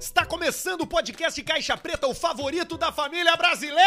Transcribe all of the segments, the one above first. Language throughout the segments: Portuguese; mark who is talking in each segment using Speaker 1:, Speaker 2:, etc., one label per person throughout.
Speaker 1: Está começando o podcast Caixa Preta, o favorito da família brasileira!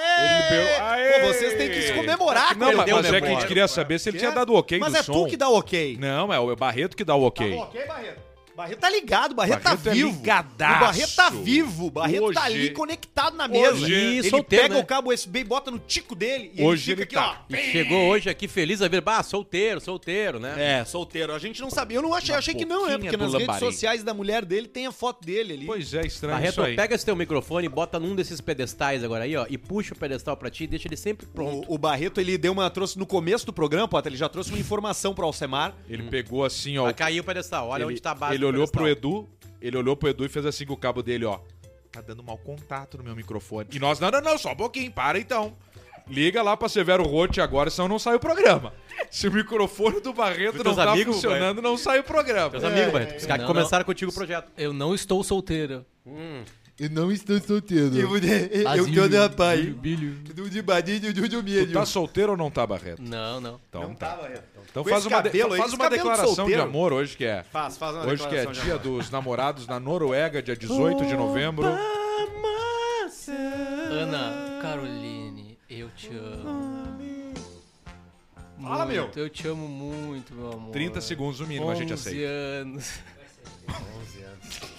Speaker 1: Ê!
Speaker 2: Ele deu- Aê!
Speaker 1: Pô, vocês têm que se comemorar que
Speaker 2: Não, mas,
Speaker 1: perdeu
Speaker 2: mas
Speaker 1: o
Speaker 2: é que a gente
Speaker 1: Neymar.
Speaker 2: queria saber se ele tinha dado o ok
Speaker 1: Mas
Speaker 2: do
Speaker 1: é
Speaker 2: som.
Speaker 1: tu que dá o ok.
Speaker 2: Não, é o Barreto que dá o
Speaker 1: Tá
Speaker 2: ok.
Speaker 1: bom, ok, Barreto? Barreto tá ligado, Barreto,
Speaker 2: Barreto
Speaker 1: tá
Speaker 2: é
Speaker 1: vivo.
Speaker 2: ligadaço.
Speaker 1: O Barreto tá vivo, o Barreto tá
Speaker 2: Hoje-
Speaker 1: ali conectado na mesa.
Speaker 2: hoje-
Speaker 1: ele
Speaker 3: solteiro,
Speaker 1: pega
Speaker 3: né?
Speaker 1: o cabo USB e bota no tico dele e
Speaker 2: Hoje
Speaker 1: ele
Speaker 2: ele
Speaker 1: fica aqui,
Speaker 2: tá.
Speaker 3: E chegou hoje aqui feliz a ver, bah, solteiro, solteiro,
Speaker 1: ó.
Speaker 3: né?
Speaker 1: É, solteiro. A gente não sabia. Eu não achei,
Speaker 3: Uma
Speaker 1: achei que não, é,
Speaker 3: boquinha
Speaker 1: porque
Speaker 3: do
Speaker 1: nas redes
Speaker 3: lambarim.
Speaker 1: sociais da mulher dele tem a foto dele ali.
Speaker 2: Pois é, estranho
Speaker 3: Barreto,
Speaker 2: isso aí.
Speaker 3: pega esse teu microfone, bota num desses pedestais agora aí, ó, e puxa o pedestal pra ti e deixa ele sempre pronto.
Speaker 1: O, o Barreto, ele deu uma. trouxe no começo do programa, Potter, ele já trouxe uma informação pro Alcemar.
Speaker 2: Ele pegou assim, ó.
Speaker 3: Vai cair o pedestal, Ah, olha
Speaker 2: ele,
Speaker 3: onde tá a base
Speaker 2: Ele
Speaker 3: do
Speaker 2: olhou
Speaker 3: pedestal.
Speaker 2: pro Edu, ele olhou pro Edu e fez assim com o cabo dele, ó. Tá dando mau contato no meu microfone. E nós, não, não, não, só um pouquinho, para então. Liga lá pra Severo Rote agora, senão não sai o programa. Se o microfone do Barreto
Speaker 3: Dos
Speaker 2: não
Speaker 3: teus
Speaker 2: tá
Speaker 3: amigos,
Speaker 2: funcionando, não sai o programa.
Speaker 3: Meus amigos, Barreto, os
Speaker 2: É.
Speaker 3: caras que
Speaker 4: Não,
Speaker 3: começaram contigo o projeto.
Speaker 2: Tá
Speaker 4: Eu não estou solteira.
Speaker 5: Eu não estou solteiro.
Speaker 4: Vazio, bilho.
Speaker 5: Do de badinho do de
Speaker 2: Tu tá solteiro ou não tá, Barreto?
Speaker 4: Não, não.
Speaker 2: Então, tá.
Speaker 1: Barreto.
Speaker 2: Então
Speaker 1: Com
Speaker 2: faz
Speaker 1: esse
Speaker 2: uma, de-
Speaker 1: cabelo aí,
Speaker 2: faz
Speaker 1: esse
Speaker 2: uma
Speaker 1: cabelo de
Speaker 2: declaração de
Speaker 1: solteiro.
Speaker 2: amor hoje que é.
Speaker 1: Faz, faz uma
Speaker 2: Hoje que é
Speaker 1: declaração já.
Speaker 2: dia dos namorados na Noruega, dia 18 de novembro.
Speaker 4: Ana Caroline, eu te amo.
Speaker 1: Fala, meu.
Speaker 4: Muito, Eu te amo muito, meu amor.
Speaker 2: 30 segundos no mínimo, a gente
Speaker 4: 11
Speaker 2: aceita.
Speaker 4: anos. 11 anos.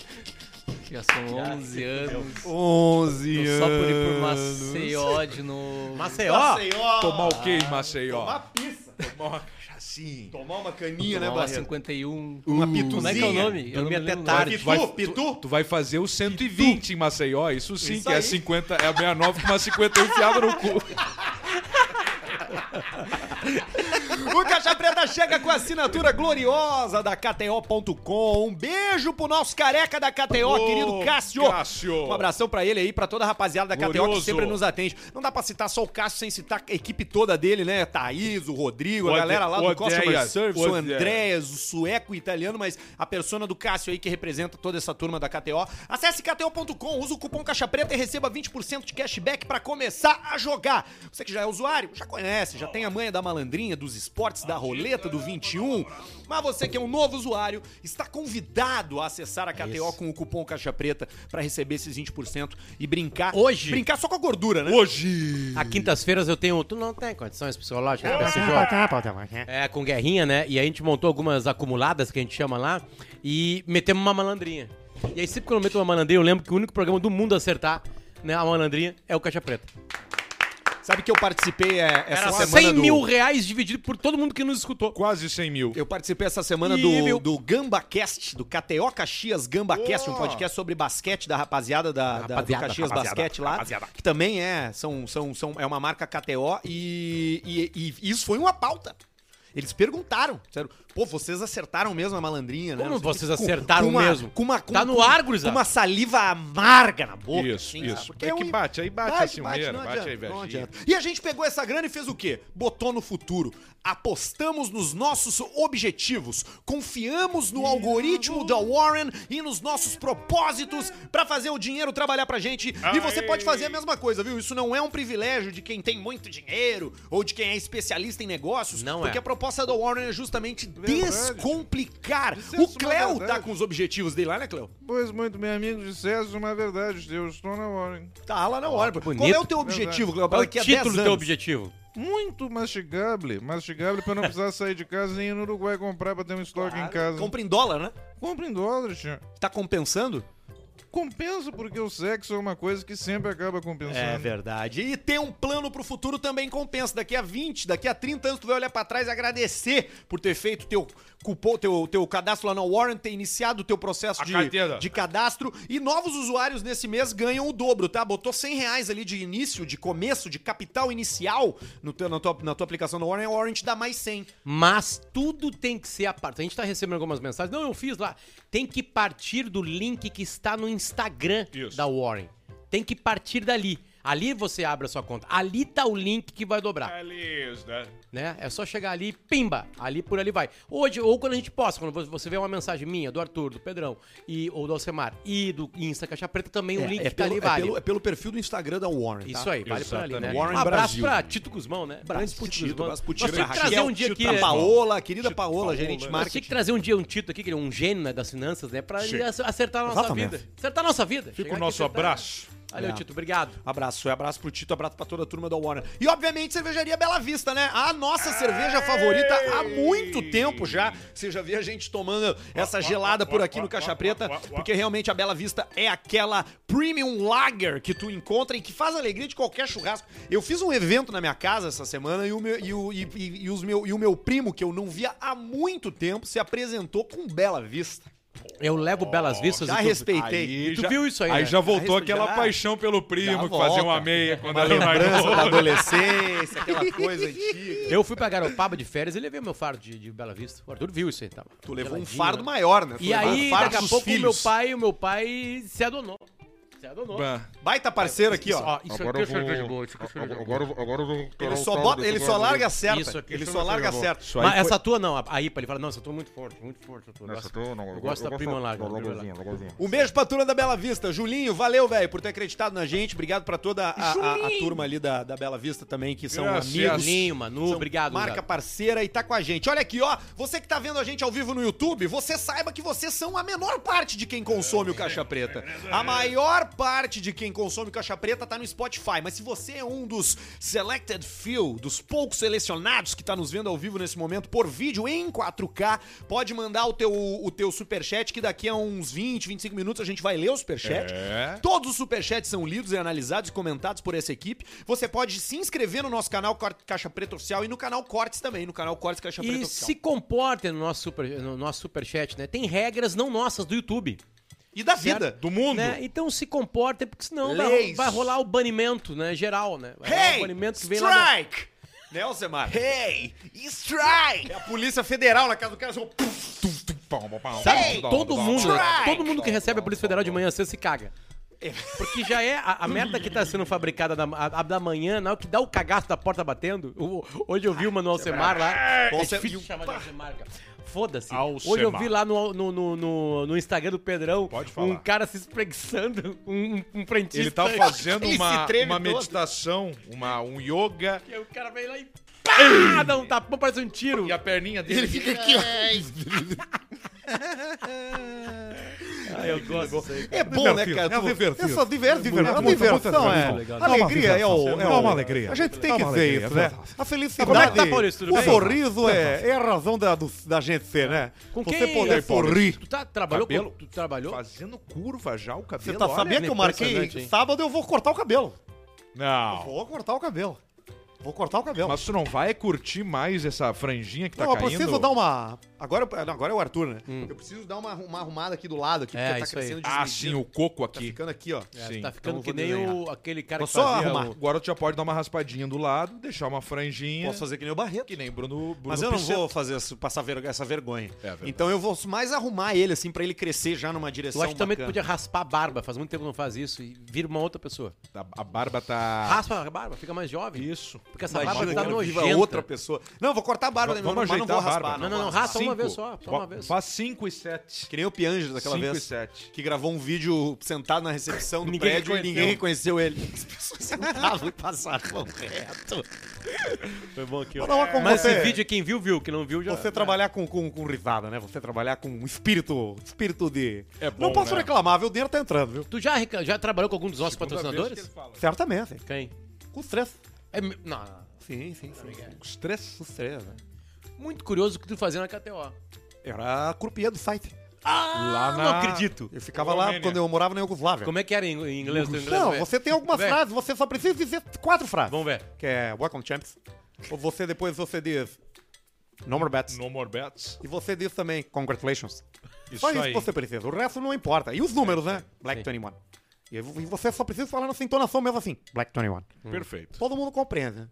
Speaker 4: Já são 11 anos.
Speaker 1: 11
Speaker 4: Tô só por ir por Maceió de novo.
Speaker 3: Maceió,
Speaker 2: Tomar o quê, em Maceió?
Speaker 1: pizza.
Speaker 2: Tomar assim.
Speaker 1: Tomar uma caninha, né,
Speaker 4: Tomar uma
Speaker 1: Barreto?
Speaker 4: 51.
Speaker 1: Uma
Speaker 4: Como é que é o nome? Eu não me
Speaker 3: Dormia até
Speaker 4: lembro o nome.
Speaker 3: tarde.
Speaker 2: Tu vai,
Speaker 1: Pitu, pitu?
Speaker 2: tu, tu vai fazer o 120 em Maceió, isso sim,
Speaker 1: um Isso
Speaker 2: que é
Speaker 1: aí.
Speaker 2: 50, é 69 com uma 50 enfiada no cu.
Speaker 1: O Caixa Preta chega com a assinatura gloriosa da KTO.com. Um beijo pro nosso careca da KTO, querido Cássio.
Speaker 2: Cássio.
Speaker 1: Um abração pra ele aí, pra toda a rapaziada da KTO que
Speaker 2: Glorioso.
Speaker 1: sempre nos atende. Não dá pra citar só o Cássio sem citar a equipe toda dele, né? Thaís, o Rodrigo, a
Speaker 2: Ode-
Speaker 1: galera lá do
Speaker 2: Odeias,
Speaker 1: Customer Service, o
Speaker 2: Odeias.
Speaker 1: Andréas, o sueco, o italiano, mas a persona do Cássio aí que representa toda essa turma da KTO. Acesse KTO.com, usa o cupom Caixa Preta e receba 20% de cashback pra começar a jogar. Você que já é usuário, já conhece, já tem a manha da malandrinha, dos esportes, da roleta, do 21. Mas você que é um novo usuário, está convidado a acessar a KTO com o cupom Caixa Preta pra receber esses 20% e brincar.
Speaker 3: Hoje.
Speaker 1: Brincar só com a gordura, né?
Speaker 2: Hoje.
Speaker 3: A quintas-feiras eu tenho. Tu não tem condições psicológicas pra esse jogo.
Speaker 2: Tá,
Speaker 3: É, com guerrinha, né? E aí a gente montou algumas acumuladas que a gente chama lá e metemos uma malandrinha. E aí sempre que eu meto uma malandrinha, eu lembro que o único programa do mundo a acertar né, a malandrinha é o Caixa Preta.
Speaker 1: Sabe que eu participei é, essa
Speaker 3: Era
Speaker 1: semana
Speaker 3: 100
Speaker 1: do-
Speaker 3: mil reais dividido por todo mundo que nos escutou.
Speaker 2: Quase 100 mil.
Speaker 1: Eu participei essa semana
Speaker 3: Ih,
Speaker 1: do,
Speaker 3: meu.
Speaker 1: do GambaCast, do KTO Caxias GambaCast, um podcast sobre basquete da rapaziada da, da- do
Speaker 3: Rapaziada,
Speaker 1: Caxias
Speaker 3: rapaziada,
Speaker 1: Basquete lá, que também é, são, são, são, é uma marca KTO e, e- e isso foi uma pauta. Eles perguntaram, disseram, pô, vocês acertaram mesmo a malandrinha, né?
Speaker 3: Como
Speaker 1: Não sei o que,
Speaker 3: vocês acertaram
Speaker 1: uma-
Speaker 3: mesmo?
Speaker 1: Com uma, com,
Speaker 3: Tá no
Speaker 1: com-
Speaker 3: ar,
Speaker 1: com
Speaker 3: gurizada.
Speaker 1: uma saliva amarga na boca.
Speaker 2: Isso,
Speaker 1: assim,
Speaker 2: isso.
Speaker 1: sabe? Porque
Speaker 2: É que
Speaker 1: um-
Speaker 2: bate, aí bate a ciumeira,
Speaker 1: não
Speaker 2: bate a
Speaker 1: adianta,
Speaker 2: invejinha.
Speaker 1: não adianta. E a gente pegou essa grana e fez o quê? Botou no futuro. Apostamos nos nossos objetivos. Confiamos no algoritmo da Warren e nos nossos propósitos pra fazer o dinheiro trabalhar pra gente. E você pode fazer a mesma coisa, viu? Isso não é um privilégio de quem tem muito dinheiro ou de quem é especialista em negócios.
Speaker 3: Não é.
Speaker 1: porque a proposta da Warren é justamente
Speaker 5: Verdade.
Speaker 1: descomplicar.
Speaker 5: Isso é
Speaker 1: O
Speaker 5: uma
Speaker 1: Cleo tá
Speaker 5: verdade.
Speaker 1: com os objetivos dele lá, né, Cleo?
Speaker 5: Pois muito, meu amigo, disseste uma verdade, eu estou na hora.
Speaker 1: Tá lá na Warren. Qual
Speaker 3: bonito.
Speaker 1: é o teu objetivo, Cleo?
Speaker 3: Qual é o
Speaker 1: Daqui a
Speaker 3: título
Speaker 1: 10
Speaker 3: do teu
Speaker 1: anos?
Speaker 3: objetivo?
Speaker 5: Muito mastigável, mastigável para não precisar sair de casa nem ir no Uruguai comprar para ter um estoque em casa.
Speaker 1: Compra em dólar, né?
Speaker 5: Compre em dólares, tia.
Speaker 1: Tá compensando?
Speaker 5: Compensa porque o sexo é uma coisa que sempre acaba compensando.
Speaker 1: É,
Speaker 5: Ah,
Speaker 2: É.
Speaker 1: verdade. E ter um plano pro futuro também compensa. Daqui a 20, daqui a 30 anos, tu vai olhar pra trás e agradecer por ter feito teu cupom, teu, teu cadastro lá na Warren, ter iniciado o teu processo
Speaker 2: A
Speaker 1: de,
Speaker 2: carteira.
Speaker 1: de cadastro. E novos usuários nesse mês ganham o dobro, tá? Botou 100 reais ali de início, de começo, de capital inicial no teu, na, tua, na tua aplicação na Warren, a Warren te dá mais 100.
Speaker 3: Mas tudo tem que ser a parte. A gente tá recebendo algumas mensagens. Não, eu fiz lá. Tem que partir do link que está no Instagram
Speaker 2: Isso.
Speaker 3: da Warren. Tem que partir dali. Ali você abre a sua conta. Ali tá o link que vai dobrar né? É só chegar ali, pimba, ali por ali vai. Hoje, ou quando a gente posta, quando vo- você vê uma mensagem minha, do Arthur, do Pedrão, e, ou do Alcemar, e do Insta Caixa Preta, também o link que tá ali vale.
Speaker 1: pelo, é pelo perfil do Instagram da Warren. tá?
Speaker 3: Isso aí, vale por ali, né?
Speaker 1: Exatamente. Warren
Speaker 3: um abraço
Speaker 1: Brasil.
Speaker 3: pra Tito Guzmão, né?
Speaker 1: Abraço pro Tito,
Speaker 3: Guzmão.
Speaker 1: abraço pro
Speaker 3: Nós
Speaker 1: Tito.
Speaker 3: temos que trazer
Speaker 1: Raquel,
Speaker 3: um dia
Speaker 1: é Tito
Speaker 3: aqui,
Speaker 1: da
Speaker 3: né?
Speaker 1: Paola, querida Paola, gerente de
Speaker 3: Nós tinha que
Speaker 1: marketing.
Speaker 3: trazer um dia um Tito aqui, que ele é um gênio né, das finanças, né? Pra ele ac- acertar a nossa
Speaker 1: Exatamente.
Speaker 3: vida. Acertar a nossa vida.
Speaker 2: Fica
Speaker 3: Chegar
Speaker 2: o
Speaker 3: aqui
Speaker 2: nosso
Speaker 3: e acertar.
Speaker 2: abraço.
Speaker 3: Valeu,
Speaker 1: É.
Speaker 3: Tito, obrigado.
Speaker 1: Abraço, é abraço pro Tito, abraço pra toda a turma da Warner. E obviamente, cervejaria Bela Vista, né? A nossa cerveja favorita há muito tempo já. Você já vê a gente tomando essa gelada por aqui no Caixa Preta, porque realmente a Bela Vista é aquela premium lager que tu encontra e que faz a alegria de qualquer churrasco. Eu fiz um evento na minha casa essa semana e o meu, e o, e, e- e os meu, e o meu primo, que eu não via há muito tempo, se apresentou com Bela Vista.
Speaker 3: Eu levo belas vistas
Speaker 1: Já
Speaker 3: e tu,
Speaker 1: respeitei.
Speaker 2: Aí
Speaker 3: tu
Speaker 2: já-
Speaker 3: viu isso aí,
Speaker 2: Aí
Speaker 3: né?
Speaker 2: já voltou
Speaker 1: Já
Speaker 2: aquela
Speaker 1: Ah, já.
Speaker 2: paixão pelo primo,
Speaker 1: Já
Speaker 2: que fazia uma
Speaker 1: volta.
Speaker 2: meia quando
Speaker 1: Uma
Speaker 2: era mais
Speaker 1: lembrança da
Speaker 2: novo.
Speaker 1: adolescência, aquela coisa antiga.
Speaker 3: Eu fui pra Garopaba de férias e levei meu fardo de, de Bela Vista. O Arthur viu isso aí, tá?
Speaker 1: Tu levou um
Speaker 3: Geladinho,
Speaker 1: fardo
Speaker 3: né?
Speaker 1: maior, né? Tu
Speaker 3: E
Speaker 1: levou
Speaker 3: aí,
Speaker 1: um fardo
Speaker 3: daqui a
Speaker 1: dos
Speaker 3: pouco, o meu
Speaker 1: filhos.
Speaker 3: pai, o meu pai se adonou. Se adonou.
Speaker 2: Bah.
Speaker 1: Baita parceiro aqui,
Speaker 3: Isso,
Speaker 1: ó.
Speaker 3: ó, isso
Speaker 5: Agora
Speaker 3: aqui
Speaker 5: eu
Speaker 3: é cerveja boa,
Speaker 5: vou...
Speaker 3: isso aqui é cerveja boa.
Speaker 5: Agora, eu vou- agora eu vou...
Speaker 1: Ele
Speaker 5: o
Speaker 1: só,
Speaker 5: caldo
Speaker 1: bota,
Speaker 5: desse
Speaker 1: ele só
Speaker 5: guarda-
Speaker 1: larga certa.
Speaker 3: Isso aqui,
Speaker 1: ele
Speaker 5: isso
Speaker 1: só
Speaker 5: não vai
Speaker 1: larga
Speaker 5: pegar
Speaker 1: certa.
Speaker 2: Isso aí
Speaker 3: Mas
Speaker 2: foi-
Speaker 3: essa tua não, a- a IPA. Ele fala, não, essa tua é muito forte, muito forte. Eu
Speaker 5: Essa
Speaker 3: gosto,
Speaker 5: tô- não,
Speaker 3: eu gosto da Prima Lager.
Speaker 5: Eu
Speaker 3: Prima
Speaker 5: gosto
Speaker 3: Lager.
Speaker 5: da Prima
Speaker 1: Um beijo pra turma da Bela Vista. Julinho, valeu, velho, por ter acreditado na gente. Obrigado pra toda a, a- a turma ali da, da Bela Vista também, que são
Speaker 2: Graças.
Speaker 1: amigos.
Speaker 3: Julinho, Manu,
Speaker 1: São
Speaker 3: obrigado.
Speaker 1: Marca
Speaker 3: Marca...
Speaker 1: parceira e tá com a gente. Olha aqui, ó. Você que tá vendo a gente ao vivo no YouTube, você saiba que vocês são a menor parte de quem consome o Caixa Preta. A maior parte de quem consome o Caixa Preta tá no Spotify. Mas se você é um dos selected few, dos poucos selecionados que tá nos vendo ao vivo nesse momento por vídeo em 4K, pode mandar o teu, o teu superchat que daqui a uns 20, 25 minutos a gente vai ler o superchat.
Speaker 2: É.
Speaker 1: Todos os superchats são lidos e analisados e comentados por essa equipe. Você pode se inscrever no nosso canal Cor- Caixa Preta Oficial e no canal Cortes também, no canal Cortes Caixa Preta
Speaker 3: E
Speaker 1: Oficial.
Speaker 3: se comportem no nosso, super, no nosso superchat, né? Tem regras não nossas do YouTube.
Speaker 1: E da vida.
Speaker 2: Do mundo.
Speaker 3: Né? Então se comportem, porque senão vai,
Speaker 1: Leis.
Speaker 3: vai rolar o banimento, né? Geral, né? Vai rolar o
Speaker 1: Hey!
Speaker 3: banimento que vem lá da-
Speaker 1: Strike! Né, Alcemar? Hey! Strike! É a Polícia Federal na casa do cara. assim, só-
Speaker 3: Sabe?
Speaker 1: Ei,
Speaker 3: Tá todo mundo,
Speaker 1: Strike!
Speaker 3: todo mundo que recebe a Polícia Federal de manhã cedo se caga. Porque já é a, a merda que tá sendo fabricada da, a- a da manhã, na hora que dá o cagaço da porta batendo. o- hoje eu vi o Manuel Semar lá. É
Speaker 1: Alce-
Speaker 3: difícil
Speaker 1: e o-
Speaker 3: chamar de Alcemar, cara. Foda-se.
Speaker 2: Alcemar.
Speaker 3: Hoje eu vi lá no, no, no, no- no Instagram do Pedrão
Speaker 2: Pode falar.
Speaker 3: um cara se espreguiçando, um, um frentista.
Speaker 2: Ele tá fazendo
Speaker 1: Ele se
Speaker 2: uma,
Speaker 1: treme
Speaker 2: uma
Speaker 1: todo.
Speaker 2: meditação, uma, um yoga.
Speaker 3: E aí o cara veio lá e pá, dá um tapão, parece um tiro.
Speaker 2: E a perninha dele. Ele fica aqui,
Speaker 3: Ah, eu gosto disso aí.
Speaker 1: É bom, né, cara? Tu- É só diverte, diverte. A diversão é. A alegria é o. É uma alegria. A gente tem que dizer isso, né? A felicidade.
Speaker 3: Como é que tá, Maurício? Tudo
Speaker 1: o
Speaker 3: bem?
Speaker 1: sorriso é, é a razão da, do- da gente ser, né?
Speaker 3: Com
Speaker 1: Você
Speaker 3: quem?
Speaker 1: poder sorrir.
Speaker 3: Tu tá, trabalhou?
Speaker 2: Cabelo?
Speaker 3: com- Tu trabalhou?
Speaker 2: tá Fazendo curva já o cabelo.
Speaker 1: Você tá
Speaker 2: olha.
Speaker 1: sabendo que eu
Speaker 3: impressionante, hein?
Speaker 1: marquei? Sábado eu vou cortar o cabelo.
Speaker 2: Não.
Speaker 1: Vou cortar o cabelo. Vou cortar o cabelo.
Speaker 2: Mas tu não vai curtir mais essa franjinha que tá
Speaker 1: não, eu
Speaker 2: caindo?
Speaker 1: preciso dar um- uma. Agora, eu- não, agora é o Arthur, né? Eu preciso dar uma, uma arrumada aqui do lado, aqui,
Speaker 3: Hum. É,
Speaker 1: porque tá
Speaker 3: isso aí.
Speaker 1: crescendo
Speaker 2: Ah, sim,
Speaker 1: desmedido.
Speaker 2: o coco
Speaker 1: Tá
Speaker 2: aqui.
Speaker 1: ficando aqui, ó.
Speaker 3: É,
Speaker 2: Sim.
Speaker 3: tá
Speaker 1: Então
Speaker 3: ficando
Speaker 1: eu
Speaker 3: que
Speaker 1: vou
Speaker 3: nem
Speaker 1: desenhar.
Speaker 3: o, aquele cara
Speaker 1: Vou
Speaker 3: que
Speaker 1: só
Speaker 3: fazia
Speaker 1: arrumar.
Speaker 3: o-
Speaker 2: Agora tu já pode dar uma raspadinha do lado, deixar uma franjinha.
Speaker 1: Posso fazer que nem o Barreto.
Speaker 2: Que nem Bruno, Bruno
Speaker 1: Mas eu não
Speaker 2: Pichetto.
Speaker 1: vou fazer isso- passar vergo- essa vergonha.
Speaker 2: verdade.
Speaker 1: então eu vou mais arrumar ele, assim, pra ele crescer já numa direção.
Speaker 3: Eu acho que também tu
Speaker 1: bacana.
Speaker 3: podia raspar a barba. Faz muito tempo que não faz isso. E vira uma outra pessoa.
Speaker 2: A, a barba tá.
Speaker 3: Raspa a barba, fica mais jovem.
Speaker 2: Isso.
Speaker 3: Porque essa
Speaker 1: Ah. Imagina
Speaker 3: barba
Speaker 1: que
Speaker 3: tá
Speaker 1: eu não viva
Speaker 3: nojenta.
Speaker 1: outra pessoa. Não, eu vou cortar a barba da
Speaker 2: Vamos
Speaker 1: minha irmã, mas não
Speaker 2: ajeitar
Speaker 1: vou
Speaker 2: a barba.
Speaker 1: raspar.
Speaker 3: Não, não, não.
Speaker 1: raspa.
Speaker 3: Raspa uma
Speaker 2: Cinco.
Speaker 3: vez ah, só. Só
Speaker 2: Fa-
Speaker 3: uma vez.
Speaker 2: Faz 5 e 7.
Speaker 1: Que nem o Pianges daquela
Speaker 2: Cinco
Speaker 1: vez.
Speaker 2: e sete.
Speaker 1: Que gravou um vídeo sentado na recepção do
Speaker 3: Ninguém
Speaker 1: prédio
Speaker 3: reconheceu.
Speaker 1: e ninguém reconheceu ele. As pessoas sentavam e passavam reto. Foi bom aqui, ó. Mas
Speaker 3: Mas
Speaker 1: você,
Speaker 3: esse vídeo, quem viu, viu. Quem não viu, já...
Speaker 1: É. você trabalhar com, com, com risada, né? Você trabalhar com espírito, espírito de...
Speaker 2: É bom,
Speaker 1: não posso
Speaker 2: né?
Speaker 1: reclamar, viu? O dinheiro tá entrando, viu?
Speaker 3: Tu já, reca- já trabalhou com algum dos nossos patrocinadores?
Speaker 1: Certamente.
Speaker 3: Quem?
Speaker 1: Com stress.
Speaker 3: É me- não, não, não.
Speaker 1: Sim, sim, sim.
Speaker 2: Os três.
Speaker 1: Com stress, né?
Speaker 3: Muito curioso o que tu fazia na KTO.
Speaker 1: É. Era a croupier do site.
Speaker 2: Lá na...
Speaker 3: Ah, não acredito.
Speaker 1: Eu ficava
Speaker 2: Romênia.
Speaker 1: lá quando eu morava na Iugoslávia.
Speaker 3: Como é que é era em em inglês? Em inglês
Speaker 1: Não,
Speaker 3: vai?
Speaker 1: você tem algumas
Speaker 3: Vai.
Speaker 1: frases, você só precisa dizer quatro frases.
Speaker 3: Vamos ver.
Speaker 1: Que é Welcome Champs. Ou você depois você diz No more bets.
Speaker 2: No more bets.
Speaker 1: E você diz também Congratulations.
Speaker 2: Isso
Speaker 1: só isso que
Speaker 2: aí.
Speaker 1: você precisa. O resto não importa. E os números, né? Black 21. E vo- e você só precisa falar nessa entonação mesmo assim. Black 21.
Speaker 2: Perfeito.
Speaker 1: Todo mundo compreende. né?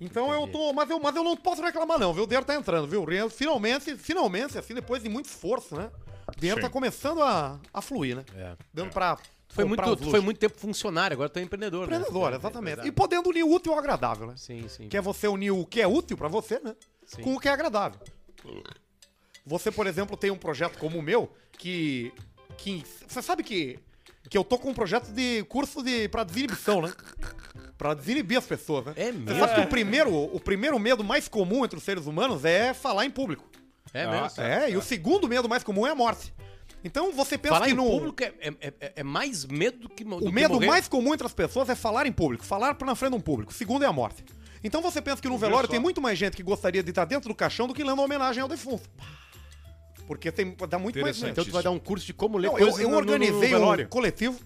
Speaker 1: Então eu tô. Mas eu, mas eu não posso reclamar, não, viu? O dinheiro tá entrando, viu? O dinheiro Finalmente, finalmente, assim, depois de muito esforço, né? O dinheiro
Speaker 2: Sim.
Speaker 1: tá começando a, a fluir, né?
Speaker 3: É.
Speaker 1: Dando pra
Speaker 3: Tu foi,
Speaker 1: comprar né?
Speaker 3: muito,
Speaker 1: os
Speaker 3: tu foi
Speaker 1: luxos.
Speaker 3: muito tempo funcionário, agora tu é empreendedor. né?
Speaker 1: Empreendedor,
Speaker 3: É,
Speaker 1: exatamente.
Speaker 3: exato.
Speaker 1: E podendo unir o útil ao agradável, né?
Speaker 3: Sim, sim.
Speaker 1: Que é você unir o que é útil pra você, né?
Speaker 3: Sim.
Speaker 1: Com o que é agradável. Você, por exemplo, tem um projeto como o meu que. que você sabe que. Que eu tô com um projeto de curso de pra desinibição, né? Pra desinibir as pessoas, né?
Speaker 3: É
Speaker 1: Você
Speaker 3: mesmo?
Speaker 1: sabe que o primeiro, o primeiro medo mais comum entre os seres humanos é falar em público.
Speaker 3: É
Speaker 2: Ah,
Speaker 3: mesmo.
Speaker 1: é, e o segundo medo mais comum é a morte. Então você pensa
Speaker 3: Falar
Speaker 1: que
Speaker 3: em
Speaker 1: no.
Speaker 3: público é, é- é- é mais medo do que mo- do
Speaker 1: O
Speaker 3: que
Speaker 1: medo
Speaker 3: morrer.
Speaker 1: mais comum entre as pessoas é falar em público, falar pra na frente de um público. O Segundo é a morte. Então você pensa que no velório
Speaker 2: só.
Speaker 1: tem muito mais gente que gostaria de estar dentro do caixão do que lendo homenagem ao defunto. Porque tem, dá muito mais
Speaker 2: Interessante.
Speaker 1: medo.
Speaker 3: Então tu vai dar um curso de como ler
Speaker 1: Não, eu,
Speaker 3: coisas
Speaker 1: eu
Speaker 3: no- no- no
Speaker 1: organizei
Speaker 3: velório.
Speaker 1: um coletivo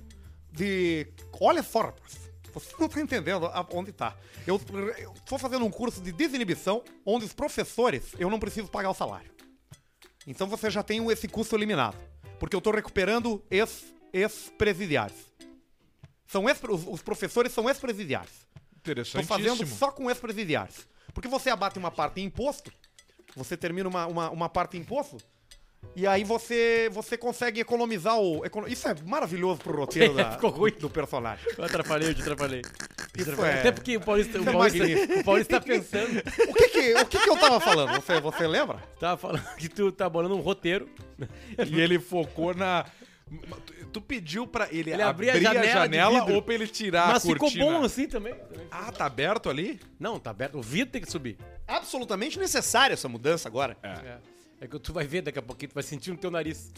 Speaker 1: de. Olha só, rapaz. Você não tá entendendo a- onde tá. Eu, eu tô fazendo um curso de desinibição onde os professores eu não preciso pagar o salário. Então você já tem esse custo eliminado. Porque eu tô recuperando ex- ex-presidiários. São ex, os, os professores são ex-presidiários. Tô fazendo
Speaker 2: Interessantíssimo.
Speaker 1: só com ex-presidiários. Porque você abate uma parte em imposto, você termina uma, uma, uma parte em imposto, e aí você, você consegue economizar o. econo- Isso é maravilhoso pro roteiro da-
Speaker 3: Ficou ruim.
Speaker 1: do personagem.
Speaker 3: Eu atrapalhei, eu te atrapalhei.
Speaker 1: Isso é.
Speaker 3: Até porque o Paulista, o
Speaker 1: Isso é
Speaker 3: Paulista,
Speaker 1: magnífico.
Speaker 3: o Paulista tá pensando.
Speaker 1: O, que, que, o que, que eu tava falando? Você, você lembra?
Speaker 3: Tava falando que tu tá bolando um roteiro.
Speaker 2: E ele focou na. Tu- Tu pediu pra ele,
Speaker 3: Ele
Speaker 2: abrir
Speaker 3: abrir a
Speaker 2: a janela,
Speaker 3: janela de vidro.
Speaker 2: ou pra ele
Speaker 1: Ah,
Speaker 2: tirar
Speaker 3: mas
Speaker 2: a cortina?
Speaker 3: ficou bom assim também. também.
Speaker 2: Ah, tá aberto ali?
Speaker 3: Não, tá aberto. O vidro tem que subir.
Speaker 1: Absolutamente necessária essa mudança agora.
Speaker 3: É. É que tu vai ver daqui a pouquinho, tu vai sentir no teu nariz.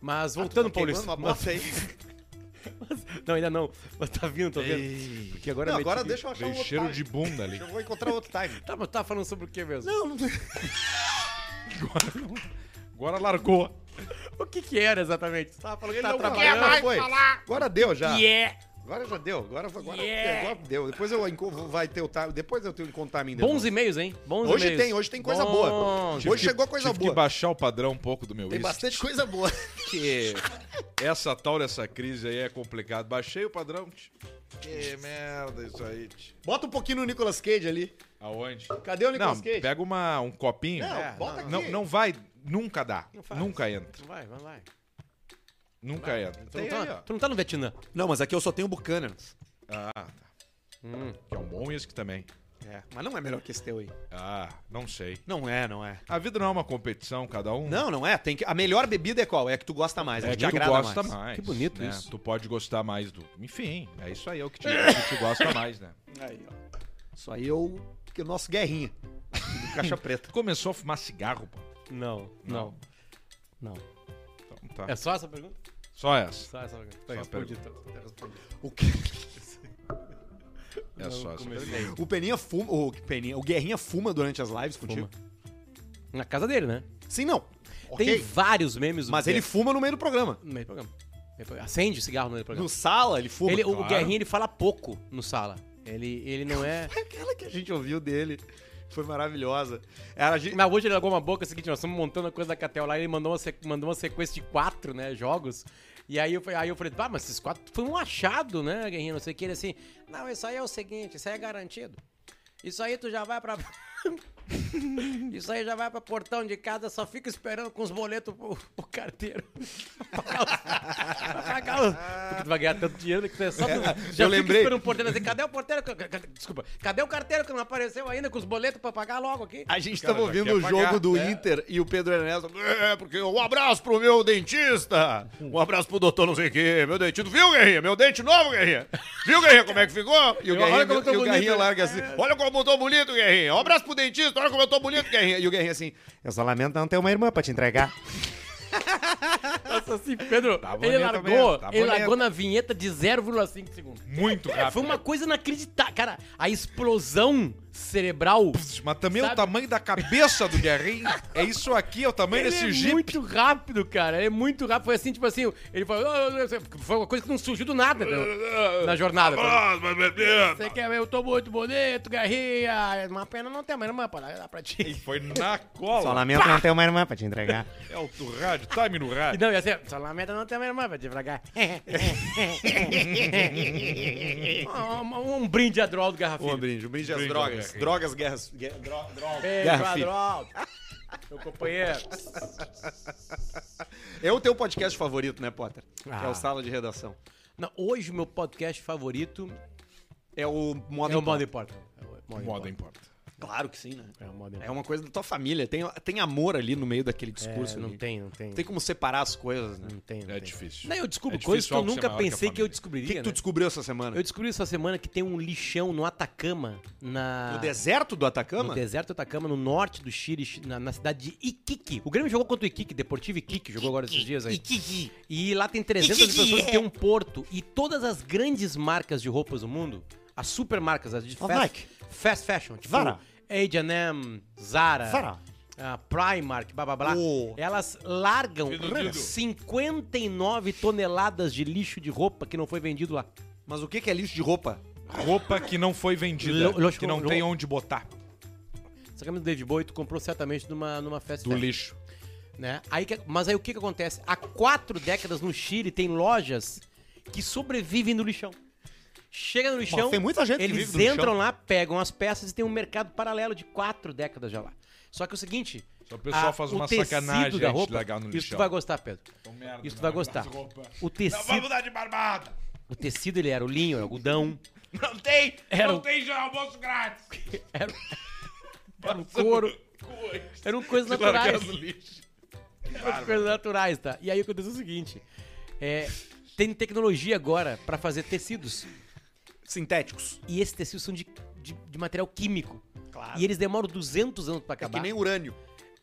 Speaker 3: Mas voltando, Paulista.
Speaker 1: Ah, tá Queimando uma
Speaker 3: mas-
Speaker 1: bosta aí.
Speaker 3: não, ainda não. Mas tá vindo, tá vendo? Porque agora
Speaker 1: Não,
Speaker 3: é meio
Speaker 1: agora
Speaker 3: difícil.
Speaker 1: deixa eu achar um
Speaker 2: Veio
Speaker 1: outro
Speaker 2: cheiro
Speaker 1: time.
Speaker 2: de bunda ali.
Speaker 1: Eu vou encontrar outro time.
Speaker 3: Tá, mas tá falando sobre o que mesmo?
Speaker 1: Não, não...
Speaker 2: Agora largou.
Speaker 3: O que que era exatamente? Você tava falando que tá
Speaker 1: trabalhando,
Speaker 3: trabalhando.
Speaker 1: foi. Agora deu já.
Speaker 3: Yeah.
Speaker 1: Agora já deu, agora, agora,
Speaker 3: Yeah.
Speaker 1: agora deu. Depois eu enco- vai ter o time, depois eu tenho que contar a minha.
Speaker 3: Bons e-mails, hein? Bons
Speaker 1: Hoje
Speaker 3: e-mails.
Speaker 1: tem, hoje tem coisa
Speaker 3: Bons.
Speaker 1: boa. Hoje
Speaker 2: Tive
Speaker 1: chegou
Speaker 2: que-
Speaker 1: coisa
Speaker 2: tive
Speaker 1: boa.
Speaker 2: que baixar o padrão um pouco do meu
Speaker 1: Tem
Speaker 2: whisky.
Speaker 1: bastante coisa boa.
Speaker 2: que essa tal dessa crise aí é complicado. Baixei o padrão. tch.
Speaker 5: Que merda isso aí, tio.
Speaker 1: Bota um pouquinho no Nicolas Cage ali.
Speaker 2: Aonde?
Speaker 1: Cadê o Nicolas
Speaker 2: Não,
Speaker 1: Cage?
Speaker 2: pega uma, um copinho.
Speaker 1: Não,
Speaker 2: É,
Speaker 1: bota
Speaker 2: não,
Speaker 1: aqui.
Speaker 2: não vai, nunca dá.
Speaker 3: faz.
Speaker 2: Nunca entra.
Speaker 3: Vai, vai, vai. Tu
Speaker 2: Nunca entra. Então,
Speaker 3: não,
Speaker 2: Tem aí,
Speaker 3: tá,
Speaker 2: ó.
Speaker 3: tu não tá no Vietnã.
Speaker 1: Não, mas aqui eu só tenho Buchanan's.
Speaker 2: Ah, tá. Que é um bom uísque também.
Speaker 1: É, mas não é melhor que esse teu aí.
Speaker 2: Ah, não sei.
Speaker 1: Não é, não é.
Speaker 2: A vida não é uma competição, cada um.
Speaker 1: Não, não é. Tem que... A melhor bebida é qual? É a que tu gosta mais, é a
Speaker 2: É
Speaker 1: que
Speaker 2: que
Speaker 1: te
Speaker 2: tu
Speaker 1: agrada
Speaker 2: gosta
Speaker 1: mais.
Speaker 2: mais.
Speaker 3: Que bonito
Speaker 2: né?
Speaker 3: isso.
Speaker 2: Tu pode gostar mais do. Enfim, é isso aí, é o que te, que te gosta mais, né?
Speaker 1: Isso aí é o, que é o nosso guerrinha. Do caixa preta.
Speaker 2: Tu começou a fumar cigarro, pô.
Speaker 3: Não, não. Não.
Speaker 2: Então tá.
Speaker 3: É só essa pergunta?
Speaker 2: Só essa.
Speaker 3: Só essa pergunta.
Speaker 2: Só
Speaker 3: Tá
Speaker 2: a
Speaker 3: respondido. Tá respondido.
Speaker 1: O, que...
Speaker 2: É só essa.
Speaker 1: o Peninha fuma. O, Peninha... o Guerrinha fuma durante as lives contigo?
Speaker 3: Na casa dele, né?
Speaker 1: Sim, não.
Speaker 3: Tem
Speaker 1: Ok.
Speaker 3: vários memes. do
Speaker 1: Mas ele
Speaker 3: Guerra-
Speaker 1: fuma no meio do programa.
Speaker 3: No meio do programa. Meio do programa. Acende o cigarro no meio do
Speaker 1: No
Speaker 3: programa.
Speaker 1: sala, ele fuma.
Speaker 3: Ele- o- O
Speaker 2: claro.
Speaker 3: Guerrinho, ele fala pouco no sala. Ele, ele não é...
Speaker 1: Aquela que a gente ouviu dele foi maravilhosa. Era a gente...
Speaker 3: Mas hoje ele largou uma boca, é o seguinte, nós estamos montando a coisa da Catel lá, ele mandou uma, sequ- mandou uma sequência de quatro, né, jogos. E aí eu, fa- aí eu falei, ah, mas esses quatro foi um achado, né, Guerrinho, não sei o que. Ele assim, não, isso aí é o seguinte, isso aí é garantido. Isso aí tu já vai pra... Isso aí já vai pra portão de casa, só fica esperando com os boletos pro, pro carteiro. Pra pagar os- pra pagar os- Porque tu vai ganhar tanto dinheiro que tu é só. tu- já
Speaker 1: eu lembrei.
Speaker 3: Fica esperando o porteiro assim, cadê o porteiro? que- que- que- Desculpa, cadê o carteiro que não apareceu ainda com os boletos pra pagar logo aqui?
Speaker 1: A gente
Speaker 2: Cara,
Speaker 1: tava
Speaker 2: já
Speaker 1: ouvindo
Speaker 2: quer
Speaker 1: o jogo
Speaker 2: pagar,
Speaker 1: do
Speaker 2: né?
Speaker 1: Inter e o Pedro Ernesto. É, porque um abraço pro meu dentista. Um abraço pro doutor não sei o quê. Meu dentista. Viu, Guerrinha? Meu dente novo, Guerrinha. Viu, Guerrinha, como é que ficou? E o
Speaker 3: Eu-
Speaker 1: Guerrinha,
Speaker 3: olha como eu tô
Speaker 1: e o
Speaker 3: bonito,
Speaker 1: Guerrinha
Speaker 3: né?
Speaker 1: larga assim. Olha como eu tô bonito, Guerrinha. Um abraço pro dentista. Olha como eu tô bonito, Guerrinha. E o Guerrinha assim. Eu só lamento não ter uma irmã pra te entregar.
Speaker 3: Nossa, assim, Pedro,
Speaker 2: Tá
Speaker 3: ele
Speaker 2: bonito
Speaker 3: largou,
Speaker 2: mesmo, tá
Speaker 3: ele
Speaker 2: bonito.
Speaker 3: largou na vinheta de 0,5 segundos.
Speaker 2: Muito rápido.
Speaker 3: Foi uma coisa inacreditável. Cara, a explosão cerebral.
Speaker 2: Mas também é
Speaker 3: Sabe?
Speaker 2: o tamanho da cabeça do Guerrinho. É isso aqui, é o tamanho
Speaker 3: Ele
Speaker 2: desse
Speaker 3: é
Speaker 2: jeep.
Speaker 3: muito rápido, cara. Ele é muito rápido. Foi assim, tipo assim, ele falou. "Ah, ah, ah", Foi uma coisa que não surgiu do nada
Speaker 1: Ah,
Speaker 3: né, na jornada. Você quer ver? Eu tô muito bonito, garrinha. Uma pena não ter uma irmã pra dar pra ti.
Speaker 2: Foi na cola.
Speaker 1: lamento não ter uma irmã pra te entregar.
Speaker 2: É o do rádio, time no
Speaker 3: E assim,
Speaker 2: rádio.
Speaker 3: Não, ia ser. Só lamenta não ter uma irmã pra te fragar. um, um brinde a Droll do Garrafinha.
Speaker 1: Um brinde, um brinde às
Speaker 2: Brinde,
Speaker 1: drogas.
Speaker 2: Guerrinha.
Speaker 1: Drogas, guerras. guer- dro- drogas.
Speaker 3: Beijo,
Speaker 1: Guerra, filho.
Speaker 3: Adroaldo. Meu companheiro.
Speaker 1: É o teu podcast favorito, né, Potter?
Speaker 3: Ah.
Speaker 1: Que é o Sala de Redação.
Speaker 3: Não, hoje o meu podcast favorito
Speaker 1: É o modo.
Speaker 3: é o Moda Importa. É o
Speaker 2: Moda
Speaker 3: Importa.
Speaker 2: importa.
Speaker 1: Claro que sim, né?
Speaker 3: É o Moda
Speaker 1: É uma coisa da tua família. Tem, tem amor ali no meio daquele discurso.
Speaker 3: É,
Speaker 1: ali.
Speaker 3: não tem, não tem.
Speaker 1: Tem como separar as coisas, né?
Speaker 3: Não tem, não
Speaker 2: né? É
Speaker 3: tem.
Speaker 2: difícil.
Speaker 3: Não, eu descubro
Speaker 2: É difícil
Speaker 3: coisas que eu
Speaker 2: algo ser
Speaker 3: nunca
Speaker 2: maior que a
Speaker 3: pensei que,
Speaker 2: família.
Speaker 3: eu
Speaker 1: O que,
Speaker 3: descobriria.
Speaker 1: que tu
Speaker 3: né?
Speaker 1: descobriu essa semana?
Speaker 3: Eu descobri essa semana que tem um lixão no Atacama, na...
Speaker 1: Ah. No deserto do Atacama?
Speaker 3: No deserto do Atacama, no norte do Chile, na, na cidade de Iquique. O Grêmio jogou contra o Iquique, Deportivo Iquique, jogou agora esses dias aí.
Speaker 1: Iquique.
Speaker 3: E lá tem 300
Speaker 1: Iquique,
Speaker 3: pessoas que
Speaker 1: é.
Speaker 3: tem um porto. E todas as grandes marcas de roupas do mundo, as super marcas, as de
Speaker 1: Ó, Nike.
Speaker 3: fast, fast fashion, tipo
Speaker 1: Zara.
Speaker 3: H&M, Zara,
Speaker 1: Zara.
Speaker 3: ah, Primark, blá blá blá,
Speaker 1: Oh.
Speaker 3: elas largam
Speaker 2: Dedo, dedo.
Speaker 3: 59 toneladas de lixo de roupa que não foi vendido lá.
Speaker 1: Mas o que, que é lixo de roupa?
Speaker 2: Roupa que não foi vendida,
Speaker 3: Lo- lo-
Speaker 2: que não
Speaker 3: lo-
Speaker 2: tem onde botar
Speaker 3: Essa camisa do David Bowie tu comprou certamente numa, numa festa.
Speaker 2: do lixo.
Speaker 3: né? Aí que- mas aí o que, que acontece? Há quatro décadas no Chile tem lojas que sobrevivem no lixão. Chega no lixão,
Speaker 1: tem muita gente que
Speaker 3: eles
Speaker 1: vive do lixão.
Speaker 3: entram lá, pegam as peças e tem um mercado paralelo de quatro décadas já lá. Só que é o seguinte,
Speaker 2: Só o pessoal
Speaker 3: a-
Speaker 2: faz
Speaker 3: o
Speaker 2: uma
Speaker 3: tecido
Speaker 2: sacanagem
Speaker 3: da
Speaker 2: antes de
Speaker 3: roupa,
Speaker 2: largar no
Speaker 3: Isso tu
Speaker 2: lixão.
Speaker 3: vai gostar, Pedro.
Speaker 2: Então, merda,
Speaker 3: isso tu vai
Speaker 2: né?
Speaker 3: gostar.
Speaker 2: As roupas.
Speaker 3: O
Speaker 2: Não vai
Speaker 3: tecido,
Speaker 2: mudar de barbada!
Speaker 3: o tecido ele era o linho, era o algodão,
Speaker 2: Não tem!
Speaker 3: Era
Speaker 2: Não
Speaker 3: o-
Speaker 2: tem já almoço grátis!
Speaker 3: era, era o couro,
Speaker 2: Coisa.
Speaker 3: eram coisas
Speaker 2: Largar
Speaker 3: naturais.
Speaker 2: no é um lixo.
Speaker 3: As coisas naturais, tá? E aí acontece o seguinte: é, tem tecnologia agora pra fazer tecidos.
Speaker 1: Sintéticos.
Speaker 3: E esses tecidos são de, de, de material químico.
Speaker 1: Claro.
Speaker 3: E eles demoram 200 anos pra
Speaker 1: É
Speaker 3: acabar.
Speaker 1: que nem urânio.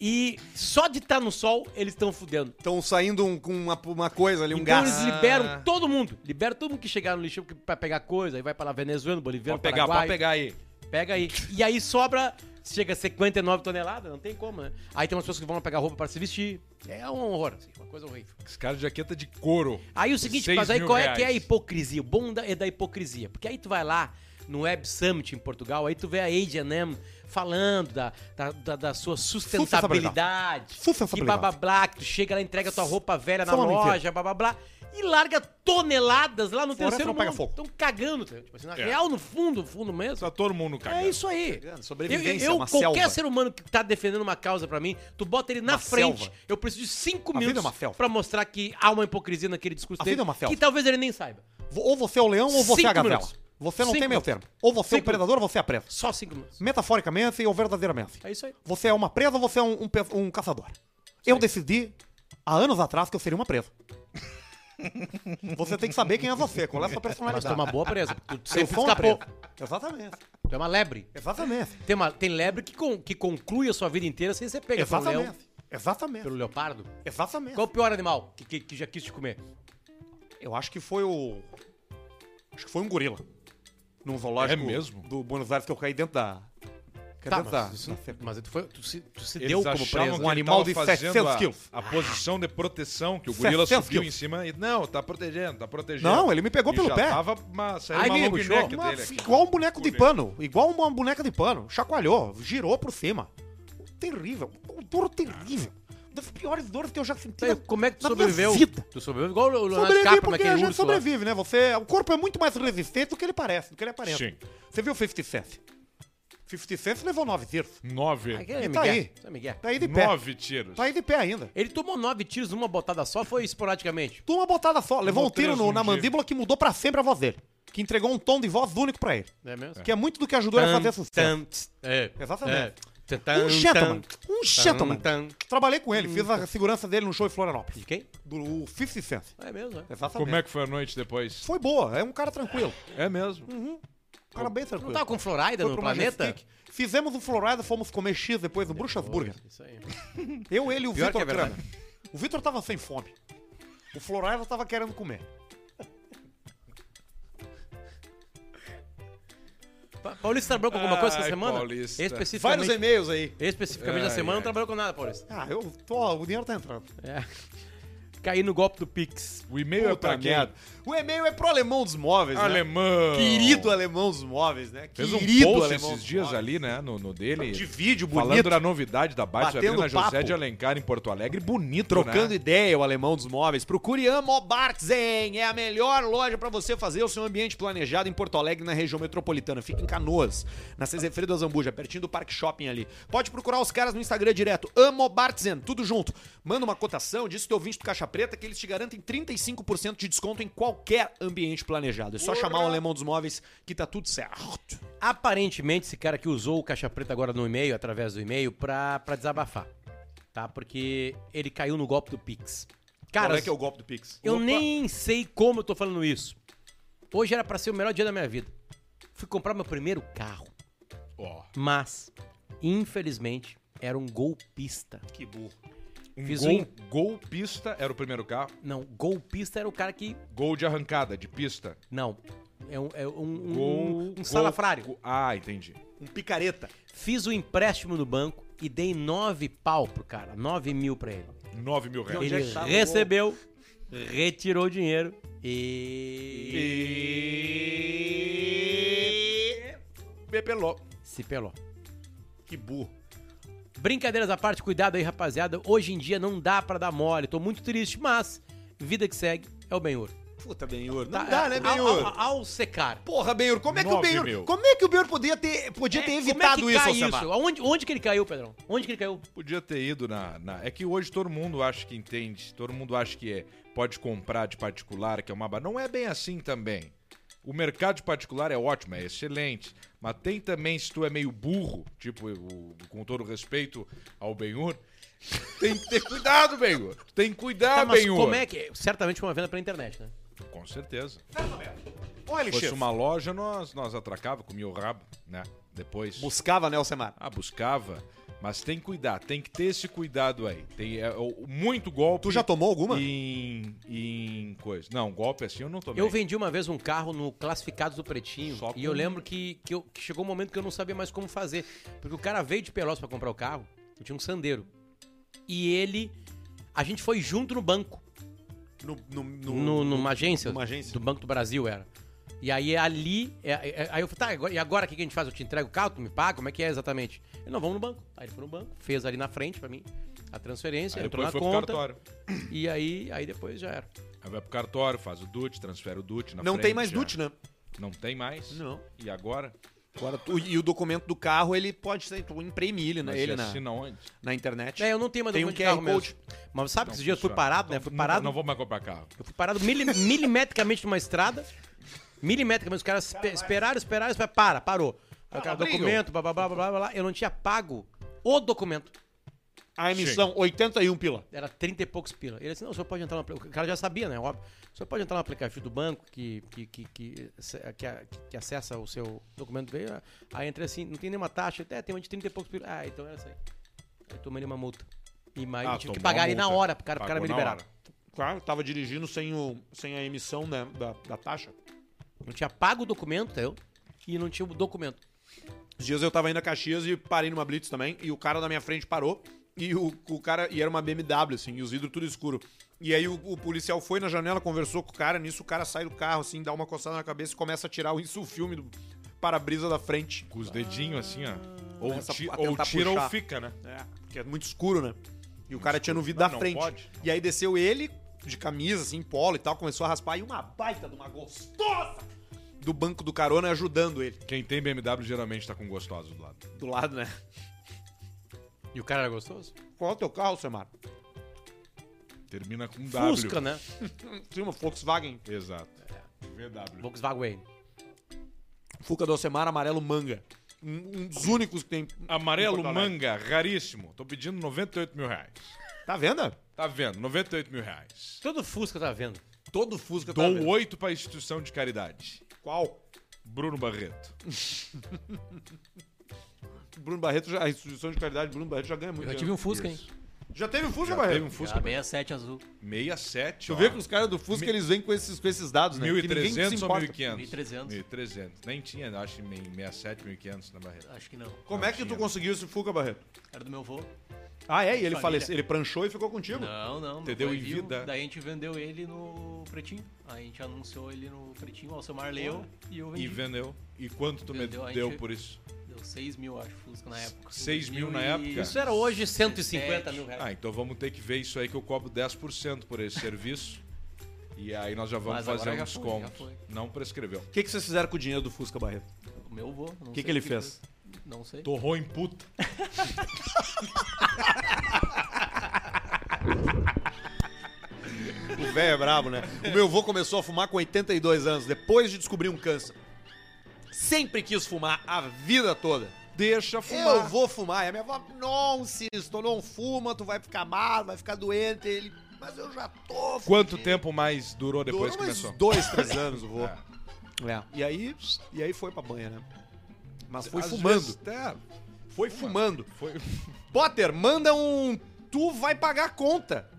Speaker 3: E só de estar no sol, eles estão fudendo.
Speaker 1: Estão saindo um- com uma, uma coisa ali, um
Speaker 3: então
Speaker 1: gás.
Speaker 3: eles liberam todo mundo. Liberam todo mundo que chegar no lixão que- pra pegar coisa. Aí vai pra lá, Venezuela, Boliviano,
Speaker 2: Pode pegar,
Speaker 3: Paraguai.
Speaker 2: pode pegar aí.
Speaker 3: Pega aí. E aí sobra, chega a 59 toneladas, não tem como, né? Aí tem umas pessoas que vão lá pegar roupa pra se vestir. É um horror, assim, uma coisa horrível.
Speaker 2: Esse cara de jaqueta de couro.
Speaker 3: Aí o seguinte,
Speaker 2: Seis
Speaker 3: mas aí
Speaker 2: mil
Speaker 3: qual é que é a
Speaker 2: reais.
Speaker 3: hipocrisia? O bom da, é da hipocrisia. Porque aí tu vai lá no Web Summit em Portugal, aí tu vê a H&M falando da, da, da, da sua sustentabilidade. Que blá,
Speaker 1: Sustentabilidade.
Speaker 3: blá, blá, que tu chega lá, entrega tua roupa velha na
Speaker 1: Isso é uma
Speaker 3: loja, blá, blá, blá. E larga toneladas lá no
Speaker 1: Floresta
Speaker 3: terceiro
Speaker 1: não pega
Speaker 3: mundo.
Speaker 1: fogo.
Speaker 3: Estão cagando, tá? tipo assim, na
Speaker 2: É.
Speaker 3: real, no fundo, no fundo mesmo.
Speaker 2: Tá todo mundo cagando.
Speaker 3: É isso aí.
Speaker 1: Sobrevivência, é
Speaker 3: eu, eu,
Speaker 1: uma
Speaker 3: qualquer
Speaker 1: selva.
Speaker 3: ser humano que tá defendendo uma causa pra mim, tu bota ele na
Speaker 1: Uma
Speaker 3: frente.
Speaker 1: selva.
Speaker 3: Eu preciso de cinco
Speaker 1: A vida
Speaker 3: minutos
Speaker 1: é uma selva.
Speaker 3: pra mostrar que há uma hipocrisia naquele
Speaker 1: A
Speaker 3: discurso dele.
Speaker 1: vida é uma selva.
Speaker 3: Que talvez ele nem saiba.
Speaker 1: Ou você é o leão ou você é a
Speaker 3: Cinco
Speaker 1: gavela.
Speaker 3: minutos.
Speaker 1: Você não tem
Speaker 3: Cinco
Speaker 1: meio
Speaker 3: minutos.
Speaker 1: termo. Ou você é o
Speaker 3: Cinco
Speaker 1: predador ou você é a presa.
Speaker 3: Só cinco minutos.
Speaker 1: Metaforicamente ou verdadeiramente.
Speaker 3: É isso aí.
Speaker 1: Você é uma presa ou você é um, um pe- um caçador? Eu decidi há anos atrás que eu seria uma presa. você tem que saber quem é você, qual é a sua
Speaker 3: Mas tu é
Speaker 1: personalidade.
Speaker 3: uma boa presa. Tu
Speaker 1: eu
Speaker 3: sempre
Speaker 1: sou uma
Speaker 3: escapou.
Speaker 1: presa. Exatamente.
Speaker 3: Tu é uma lebre.
Speaker 1: Exatamente.
Speaker 3: Tem, uma, tem lebre que, con- que conclui a sua vida inteira sem ser pega pelo é um leão,
Speaker 1: Exatamente. Exatamente.
Speaker 3: pelo leopardo.
Speaker 1: Exatamente.
Speaker 3: Qual é o pior animal que, que, que já quis te comer?
Speaker 1: Eu acho que foi o. Acho que foi um gorila. Num zoológico
Speaker 2: É mesmo?
Speaker 1: do Buenos Aires que eu caí dentro da. Caí
Speaker 3: Tá,
Speaker 1: dentro da-
Speaker 3: mas, isso-
Speaker 1: da cerca.
Speaker 3: mas tu, foi, tu se, tu se
Speaker 2: Eles
Speaker 3: deu como
Speaker 2: achavam
Speaker 3: presa.
Speaker 2: que
Speaker 1: Um
Speaker 2: ele
Speaker 1: animal
Speaker 2: tava
Speaker 1: de
Speaker 2: fazendo
Speaker 1: 700
Speaker 2: a-
Speaker 1: quilos.
Speaker 2: A posição de proteção, que o gorila
Speaker 1: 700
Speaker 2: subiu em
Speaker 1: quilos.
Speaker 2: cima e... Não, tá protegendo, tá protegendo.
Speaker 1: Não, ele me pegou
Speaker 2: E
Speaker 1: pelo
Speaker 2: já
Speaker 1: pé.
Speaker 2: tava uma, saiu
Speaker 3: Aí
Speaker 2: uma
Speaker 3: me puxou.
Speaker 2: longuineca
Speaker 1: Uma-
Speaker 2: dele aqui.
Speaker 1: igual um boneco de pano. Igual uma boneca de pano. Chacoalhou, girou por cima. Terrível. Um dor terrível. Uma das piores dores que eu já senti.
Speaker 3: Tá,
Speaker 1: na-
Speaker 3: Como é que tu
Speaker 1: na minha
Speaker 3: sobreviveu? é
Speaker 1: vida.
Speaker 3: Tu sobreviveu igual o Leonardo
Speaker 1: Sobrevive
Speaker 3: DiCaprio
Speaker 1: porque
Speaker 3: naquele
Speaker 1: a
Speaker 3: urso lá.
Speaker 1: gente sobrevive, né? Você, o corpo é muito mais resistente do que ele parece, do que ele aparenta.
Speaker 2: Sim.
Speaker 1: Você viu o 50 Cent? 50 Cent levou nove tiros.
Speaker 2: Nove.
Speaker 3: Aquele é
Speaker 1: E tá
Speaker 3: Miguel.
Speaker 1: aí.
Speaker 3: Isso é Miguel.
Speaker 1: Tá aí de pé.
Speaker 2: Nove tiros.
Speaker 1: Tá aí de pé ainda.
Speaker 3: Ele tomou nove tiros numa botada só, foi esporadicamente.
Speaker 1: Toma uma botada só. Levou um tiro
Speaker 2: três
Speaker 1: no-
Speaker 2: num
Speaker 1: na
Speaker 2: dia.
Speaker 1: mandíbula que mudou pra sempre a voz dele. Que entregou um tom de voz único pra ele.
Speaker 3: Não é mesmo?
Speaker 1: Que é muito do que ajudou ele a fazer sucesso.
Speaker 3: é.
Speaker 1: Exatamente.
Speaker 3: É. Tan,
Speaker 1: um gentleman.
Speaker 3: tan.
Speaker 1: Um gentleman.
Speaker 3: tan.
Speaker 1: Trabalhei com ele. Fiz a segurança dele no show em Florianópolis.
Speaker 3: De quem?
Speaker 1: Do 50 Cent.
Speaker 3: É mesmo, né?
Speaker 1: Exatamente.
Speaker 2: Como é que foi a noite depois?
Speaker 1: Foi boa. Tá É um cara tranquilo.
Speaker 2: É mesmo.
Speaker 1: Um cara bem
Speaker 3: Não
Speaker 1: tranquilo.
Speaker 3: tava com Florida
Speaker 1: Foi
Speaker 3: no
Speaker 1: pro
Speaker 3: planeta?
Speaker 1: Majestic. Fizemos o Florida, fomos comer X depois no Bruxas Burger.
Speaker 3: Isso aí.
Speaker 1: Eu, ele e o
Speaker 3: Pior
Speaker 1: Vitor
Speaker 3: que é verdade.
Speaker 1: Kramer. O Vitor tava sem fome. O Florida tava querendo comer.
Speaker 3: Pa- Paulista trabalhou com alguma coisa essa
Speaker 2: Ai,
Speaker 3: semana?
Speaker 2: Paulista.
Speaker 1: Vários
Speaker 3: Especificamente,
Speaker 1: e-mails aí.
Speaker 3: especificamente
Speaker 2: Ai,
Speaker 3: da semana
Speaker 2: ai.
Speaker 3: não trabalhou com nada, Paulista.
Speaker 1: Ah, eu tô, o dinheiro tá entrando.
Speaker 3: É. Caí no golpe do Pix.
Speaker 2: O e-mail é pra
Speaker 1: Puta
Speaker 2: quem?
Speaker 1: merda. O e-mail é pro Alemão dos Móveis, né?
Speaker 2: Alemão.
Speaker 1: Querido Alemão dos Móveis, né?
Speaker 2: Fez um
Speaker 1: Querido
Speaker 2: post
Speaker 1: Alemão
Speaker 2: esses
Speaker 1: dos
Speaker 2: dias
Speaker 1: Móveis.
Speaker 2: ali, né, no, no dele.
Speaker 1: De vídeo bonito.
Speaker 2: Falando da novidade da Baixa,
Speaker 1: Batendo
Speaker 2: abrindo a José
Speaker 1: papo.
Speaker 2: de Alencar em Porto Alegre. Bonito,
Speaker 1: Trocando
Speaker 2: né?
Speaker 1: ideia, o alemão dos móveis. Procure a Mobartzen, é a melhor loja para você fazer o seu ambiente planejado em Porto Alegre, na região metropolitana. Fica em Canoas, na Cesefredo do Zambuja, pertinho do Parque Shopping ali. Pode procurar os caras no Instagram direto, Amobartzen, tudo junto. Manda uma cotação, diz que teu ouvinte do Caixa Preta que eles te garantem 35% de desconto em qualquer ambiente planejado. É só chamar o Alemão dos Móveis que tá tudo certo.
Speaker 3: Aparentemente, esse cara que usou o Caixa Preta agora no e-mail, através do e-mail, pra, pra desabafar. Tá? Porque ele caiu no golpe do Pix. Cara,
Speaker 1: Qual é que é o golpe do Pix?
Speaker 3: eu
Speaker 1: Opa.
Speaker 3: nem sei como eu tô falando isso. Hoje era pra ser o melhor dia da minha vida. Fui comprar meu primeiro carro.
Speaker 2: Ó,
Speaker 3: Mas, infelizmente, era um golpista.
Speaker 1: Que burro.
Speaker 2: um
Speaker 3: Fiz
Speaker 2: gol,
Speaker 3: um-
Speaker 2: golpista era o primeiro carro.
Speaker 3: Não, golpista era o cara que.
Speaker 2: Gol de arrancada, de pista.
Speaker 3: Não. É um, é um, um-
Speaker 2: Gol.
Speaker 3: um
Speaker 2: gol-
Speaker 3: salafrário.
Speaker 2: go- ah, entendi.
Speaker 1: Um picareta.
Speaker 3: Fiz o empréstimo no banco e dei nove pau pro cara, nove mil pra ele.
Speaker 2: 9 mil reais.
Speaker 1: Onde é
Speaker 3: ele
Speaker 1: que tava o gol?
Speaker 3: recebeu, retirou o dinheiro e,
Speaker 1: E...
Speaker 2: Bebelou.
Speaker 3: se pelou.
Speaker 1: Que burro.
Speaker 3: Brincadeiras à parte, cuidado aí, rapaziada. Hoje em dia não dá pra dar mole, tô muito triste, mas vida que segue é o Benhur.
Speaker 1: Puta, Benhur.
Speaker 3: Tá,
Speaker 1: Não dá, né,
Speaker 3: ao-
Speaker 1: Benhur?
Speaker 3: Ao, ao secar.
Speaker 1: Porra, Benhur, como é que o
Speaker 2: Nove
Speaker 1: Benhur...
Speaker 2: mil.
Speaker 1: Como é que o Benhur podia ter, podia ter
Speaker 3: É,
Speaker 1: evitado
Speaker 3: como é que
Speaker 1: isso,
Speaker 3: cai
Speaker 1: Alcemar?
Speaker 3: isso? Onde, onde que ele caiu, Pedrão? Onde que ele caiu?
Speaker 2: Podia ter ido na, na- É que hoje todo mundo acha que entende, todo mundo acha que é, pode comprar de particular, que é uma. ba- Não é bem assim também. O mercado de particular é ótimo, é excelente. Mas tem também, se tu é meio burro, tipo, eu- com todo respeito ao Benhur, tem que ter cuidado, Benhur. Tem que
Speaker 1: Ah,
Speaker 2: cuidar,
Speaker 3: Tá, mas
Speaker 2: Benhur.
Speaker 3: como é que... Certamente foi uma venda pela internet, né?
Speaker 2: Com certeza.
Speaker 1: Olha,
Speaker 2: Se fosse
Speaker 1: Alexandre.
Speaker 2: uma loja, nós, nós atracava, comia o rabo, né? Depois.
Speaker 1: Buscava, né, Alcemar?
Speaker 2: Ah, buscava. Mas tem que cuidar, tem que ter esse cuidado aí. Tem é, o- muito golpe.
Speaker 1: Tu já tomou alguma?
Speaker 2: Em, em coisa. Não, golpe assim eu não tomei.
Speaker 3: Eu vendi uma vez um carro no Classificados do Pretinho
Speaker 2: Só com-
Speaker 3: e eu lembro que, que, eu- que chegou um momento que eu não sabia mais como fazer. Porque o cara veio de Pelotas pra comprar o carro, eu tinha um Sandeiro. E ele. A gente foi junto no banco,
Speaker 1: No, no, no-
Speaker 3: no- numa agência,
Speaker 1: numa agência.
Speaker 3: do Banco do Brasil era. E aí ali. é, é, é, aí eu falei, tá, agora- e agora o que que a gente faz? Eu te entrego o carro, tu me paga? Como é que é exatamente? Ele, não, vamos no banco. Aí ele foi no banco, fez ali na frente pra mim a transferência,
Speaker 2: Aí
Speaker 3: entrou
Speaker 2: depois
Speaker 3: na
Speaker 2: foi pro
Speaker 3: conta.
Speaker 2: cartório.
Speaker 3: E aí, aí depois já era.
Speaker 2: Aí vai pro cartório, faz o DUT, transfere o DUT. Na
Speaker 1: Não
Speaker 2: frente,
Speaker 1: tem mais
Speaker 3: é.
Speaker 2: já.
Speaker 1: DUT, né?
Speaker 2: Não tem mais.
Speaker 1: Não.
Speaker 2: E agora?
Speaker 1: Agora, tu- e o documento do carro, ele pode ser, tu imprime ele, né?
Speaker 2: Mas
Speaker 1: ele
Speaker 2: já
Speaker 1: na,
Speaker 2: assina onde? Então,
Speaker 1: na internet.
Speaker 3: assim É, eu não tenho mais
Speaker 1: Tem um
Speaker 3: documento de
Speaker 1: QR
Speaker 3: carro mesmo.
Speaker 1: Code.
Speaker 3: Mas sabe que
Speaker 2: Não
Speaker 3: esses dias eu fui
Speaker 2: funciona.
Speaker 3: parado, né?
Speaker 2: Então,
Speaker 3: Fui
Speaker 2: nunca-
Speaker 3: parado.
Speaker 2: Não vou mais comprar carro.
Speaker 3: Eu fui parado mili- milimetricamente numa estrada, milimetricamente, os caras espe- esperaram, esperaram, esperaram, para, parou. Aí o cara,
Speaker 2: Tá,
Speaker 1: Rodrigo.
Speaker 3: documento, blá, blá, blá, blá, blá, blá, eu não tinha pago o documento.
Speaker 1: A emissão, 81 pila.
Speaker 3: Era 30 e poucos pila. Ele disse, não, o senhor pode entrar no aplicativo. O cara já sabia, né? Óbvio. O senhor pode entrar no aplicativo do banco que, que, que, que, que, a- que acessa o seu documento. Veio, aí entra assim, não tem nenhuma taxa, até tem uma de 30 e poucos pila. Ah, então era isso aí. Aí tomei uma multa. E mais,
Speaker 2: Ah,
Speaker 3: eu tive que
Speaker 2: tomou
Speaker 3: pagar
Speaker 2: a
Speaker 3: ali na
Speaker 2: multa.
Speaker 3: hora pro cara, pro cara me
Speaker 2: Pagou na
Speaker 3: liberar.
Speaker 2: hora.
Speaker 1: Claro, tava dirigindo sem, o, sem a emissão né, da, da taxa.
Speaker 3: Não tinha pago o documento, entendeu? E não tinha o documento.
Speaker 1: Os dias eu tava indo a Caxias e parei numa Blitz também, e o cara na minha frente parou, e o, o cara, e era uma BMW, assim, e os vidros tudo escuro. E aí o, o policial foi na janela, conversou com o cara, nisso o cara sai do carro, assim, dá uma coçada na cabeça e começa a tirar o insulfilme do para-brisa da frente.
Speaker 2: Com os dedinhos assim,
Speaker 3: Ah.
Speaker 2: ó. Ou,
Speaker 1: Começa
Speaker 2: ti-
Speaker 1: a
Speaker 2: ou
Speaker 1: tentar
Speaker 2: tira
Speaker 1: puxar.
Speaker 2: ou fica, né?
Speaker 1: É, porque é muito escuro, né? E o cara tinha no vidro
Speaker 2: Não,
Speaker 1: da
Speaker 2: não
Speaker 1: frente.
Speaker 2: pode.
Speaker 1: E aí desceu ele, de camisa, assim, polo e tal, começou a raspar, e uma baita de uma gostosa do banco do carona ajudando ele.
Speaker 2: Quem tem BMW geralmente tá com gostoso do lado.
Speaker 1: Do lado, né?
Speaker 3: E o cara era gostoso?
Speaker 1: Qual é o teu carro, Semar?
Speaker 2: Termina com W.
Speaker 3: Fusca, né? É.
Speaker 1: Tinha uma Volkswagen.
Speaker 2: Exato. VW.
Speaker 3: Volkswagen.
Speaker 1: Fuca do Alcemar, amarelo manga. Um, um dos únicos que tem. em
Speaker 2: Amarelo
Speaker 1: Porto Alegre.
Speaker 2: manga, raríssimo. Tô pedindo 98 mil reais.
Speaker 1: Tá vendo?
Speaker 2: Tá vendo? 98 mil reais.
Speaker 3: Todo Fusca tá vendo.
Speaker 1: Todo Fusca tá
Speaker 2: Dou
Speaker 1: vendo.
Speaker 2: oito pra instituição de caridade.
Speaker 1: Qual?
Speaker 2: Bruno Barreto.
Speaker 1: Bruno Barreto, já, a instituição de caridade de Bruno Barreto já ganha muito.
Speaker 4: Eu já
Speaker 1: dinheiro.
Speaker 4: tive um Fusca, hein?
Speaker 1: Já teve um Fusca,
Speaker 2: Teve
Speaker 1: Barreto?
Speaker 2: um
Speaker 4: Fusca
Speaker 2: Fusca
Speaker 4: 67 azul.
Speaker 2: 67,
Speaker 1: Tu
Speaker 2: ó.
Speaker 1: vê que os caras do Fusca, eles vêm com esses, com esses dados, né? Que ninguém se
Speaker 2: 1.300 ou
Speaker 1: importa.
Speaker 2: 1.500?
Speaker 4: 1.300.
Speaker 2: 1.300. Nem tinha, acho, em 67, 1.500 na Barreto.
Speaker 4: Acho que não.
Speaker 1: Como é que tu conseguiu esse Fusca, Barreto?
Speaker 4: Era do meu avô.
Speaker 1: Ah, é? E ele
Speaker 4: Família.
Speaker 1: faleceu, ele pranchou e ficou contigo?
Speaker 4: Não, não. meu
Speaker 2: Entendeu?
Speaker 4: pai
Speaker 2: Em
Speaker 4: viu,
Speaker 2: vida.
Speaker 4: Daí a gente vendeu ele no Pretinho. A gente anunciou ele no Pretinho. O Alcemar leu e eu vendi.
Speaker 2: E vendeu. E quanto tu
Speaker 4: Vendeu, a
Speaker 2: me
Speaker 4: gente-
Speaker 2: deu por isso?
Speaker 4: Deu 6 mil, acho, Fusca na época.
Speaker 2: 6 mil na
Speaker 4: 2000 e-
Speaker 2: época?
Speaker 3: Isso era hoje 150
Speaker 4: Sete.
Speaker 3: mil reais.
Speaker 2: Ah, então vamos ter que ver isso aí que eu cobro 10% por esse serviço. E aí nós já vamos
Speaker 4: Mas agora
Speaker 2: fazer um
Speaker 4: já foi,
Speaker 2: desconto.
Speaker 4: já foi.
Speaker 2: Não prescreveu.
Speaker 1: O que, que vocês fizeram com o dinheiro do Fusca, Barreto?
Speaker 4: O meu avô. O
Speaker 1: Que que ele fez?
Speaker 4: Não sei.
Speaker 2: Torrou em puta.
Speaker 1: velho é brabo, né? O meu avô começou a fumar com 82 anos, depois de descobrir um câncer. Sempre quis fumar a vida toda.
Speaker 2: Deixa
Speaker 1: Eu
Speaker 2: fumar.
Speaker 1: vou fumar. E a minha avó, não, Cisto, não fuma, tu vai ficar mal, vai ficar doente. Ele, mas eu já tô
Speaker 2: Quanto
Speaker 4: É.
Speaker 2: tempo mais durou
Speaker 1: Durou
Speaker 2: depois que
Speaker 1: mais
Speaker 2: começou?
Speaker 1: dois, três anos o vô.
Speaker 2: É.
Speaker 1: É. E aí, e aí foi pra banha, né? Mas foi
Speaker 2: Às
Speaker 1: fumando.
Speaker 2: vezes, é,
Speaker 1: Foi fumando.
Speaker 2: foi...
Speaker 1: Potter, manda um. Tu vai pagar a conta.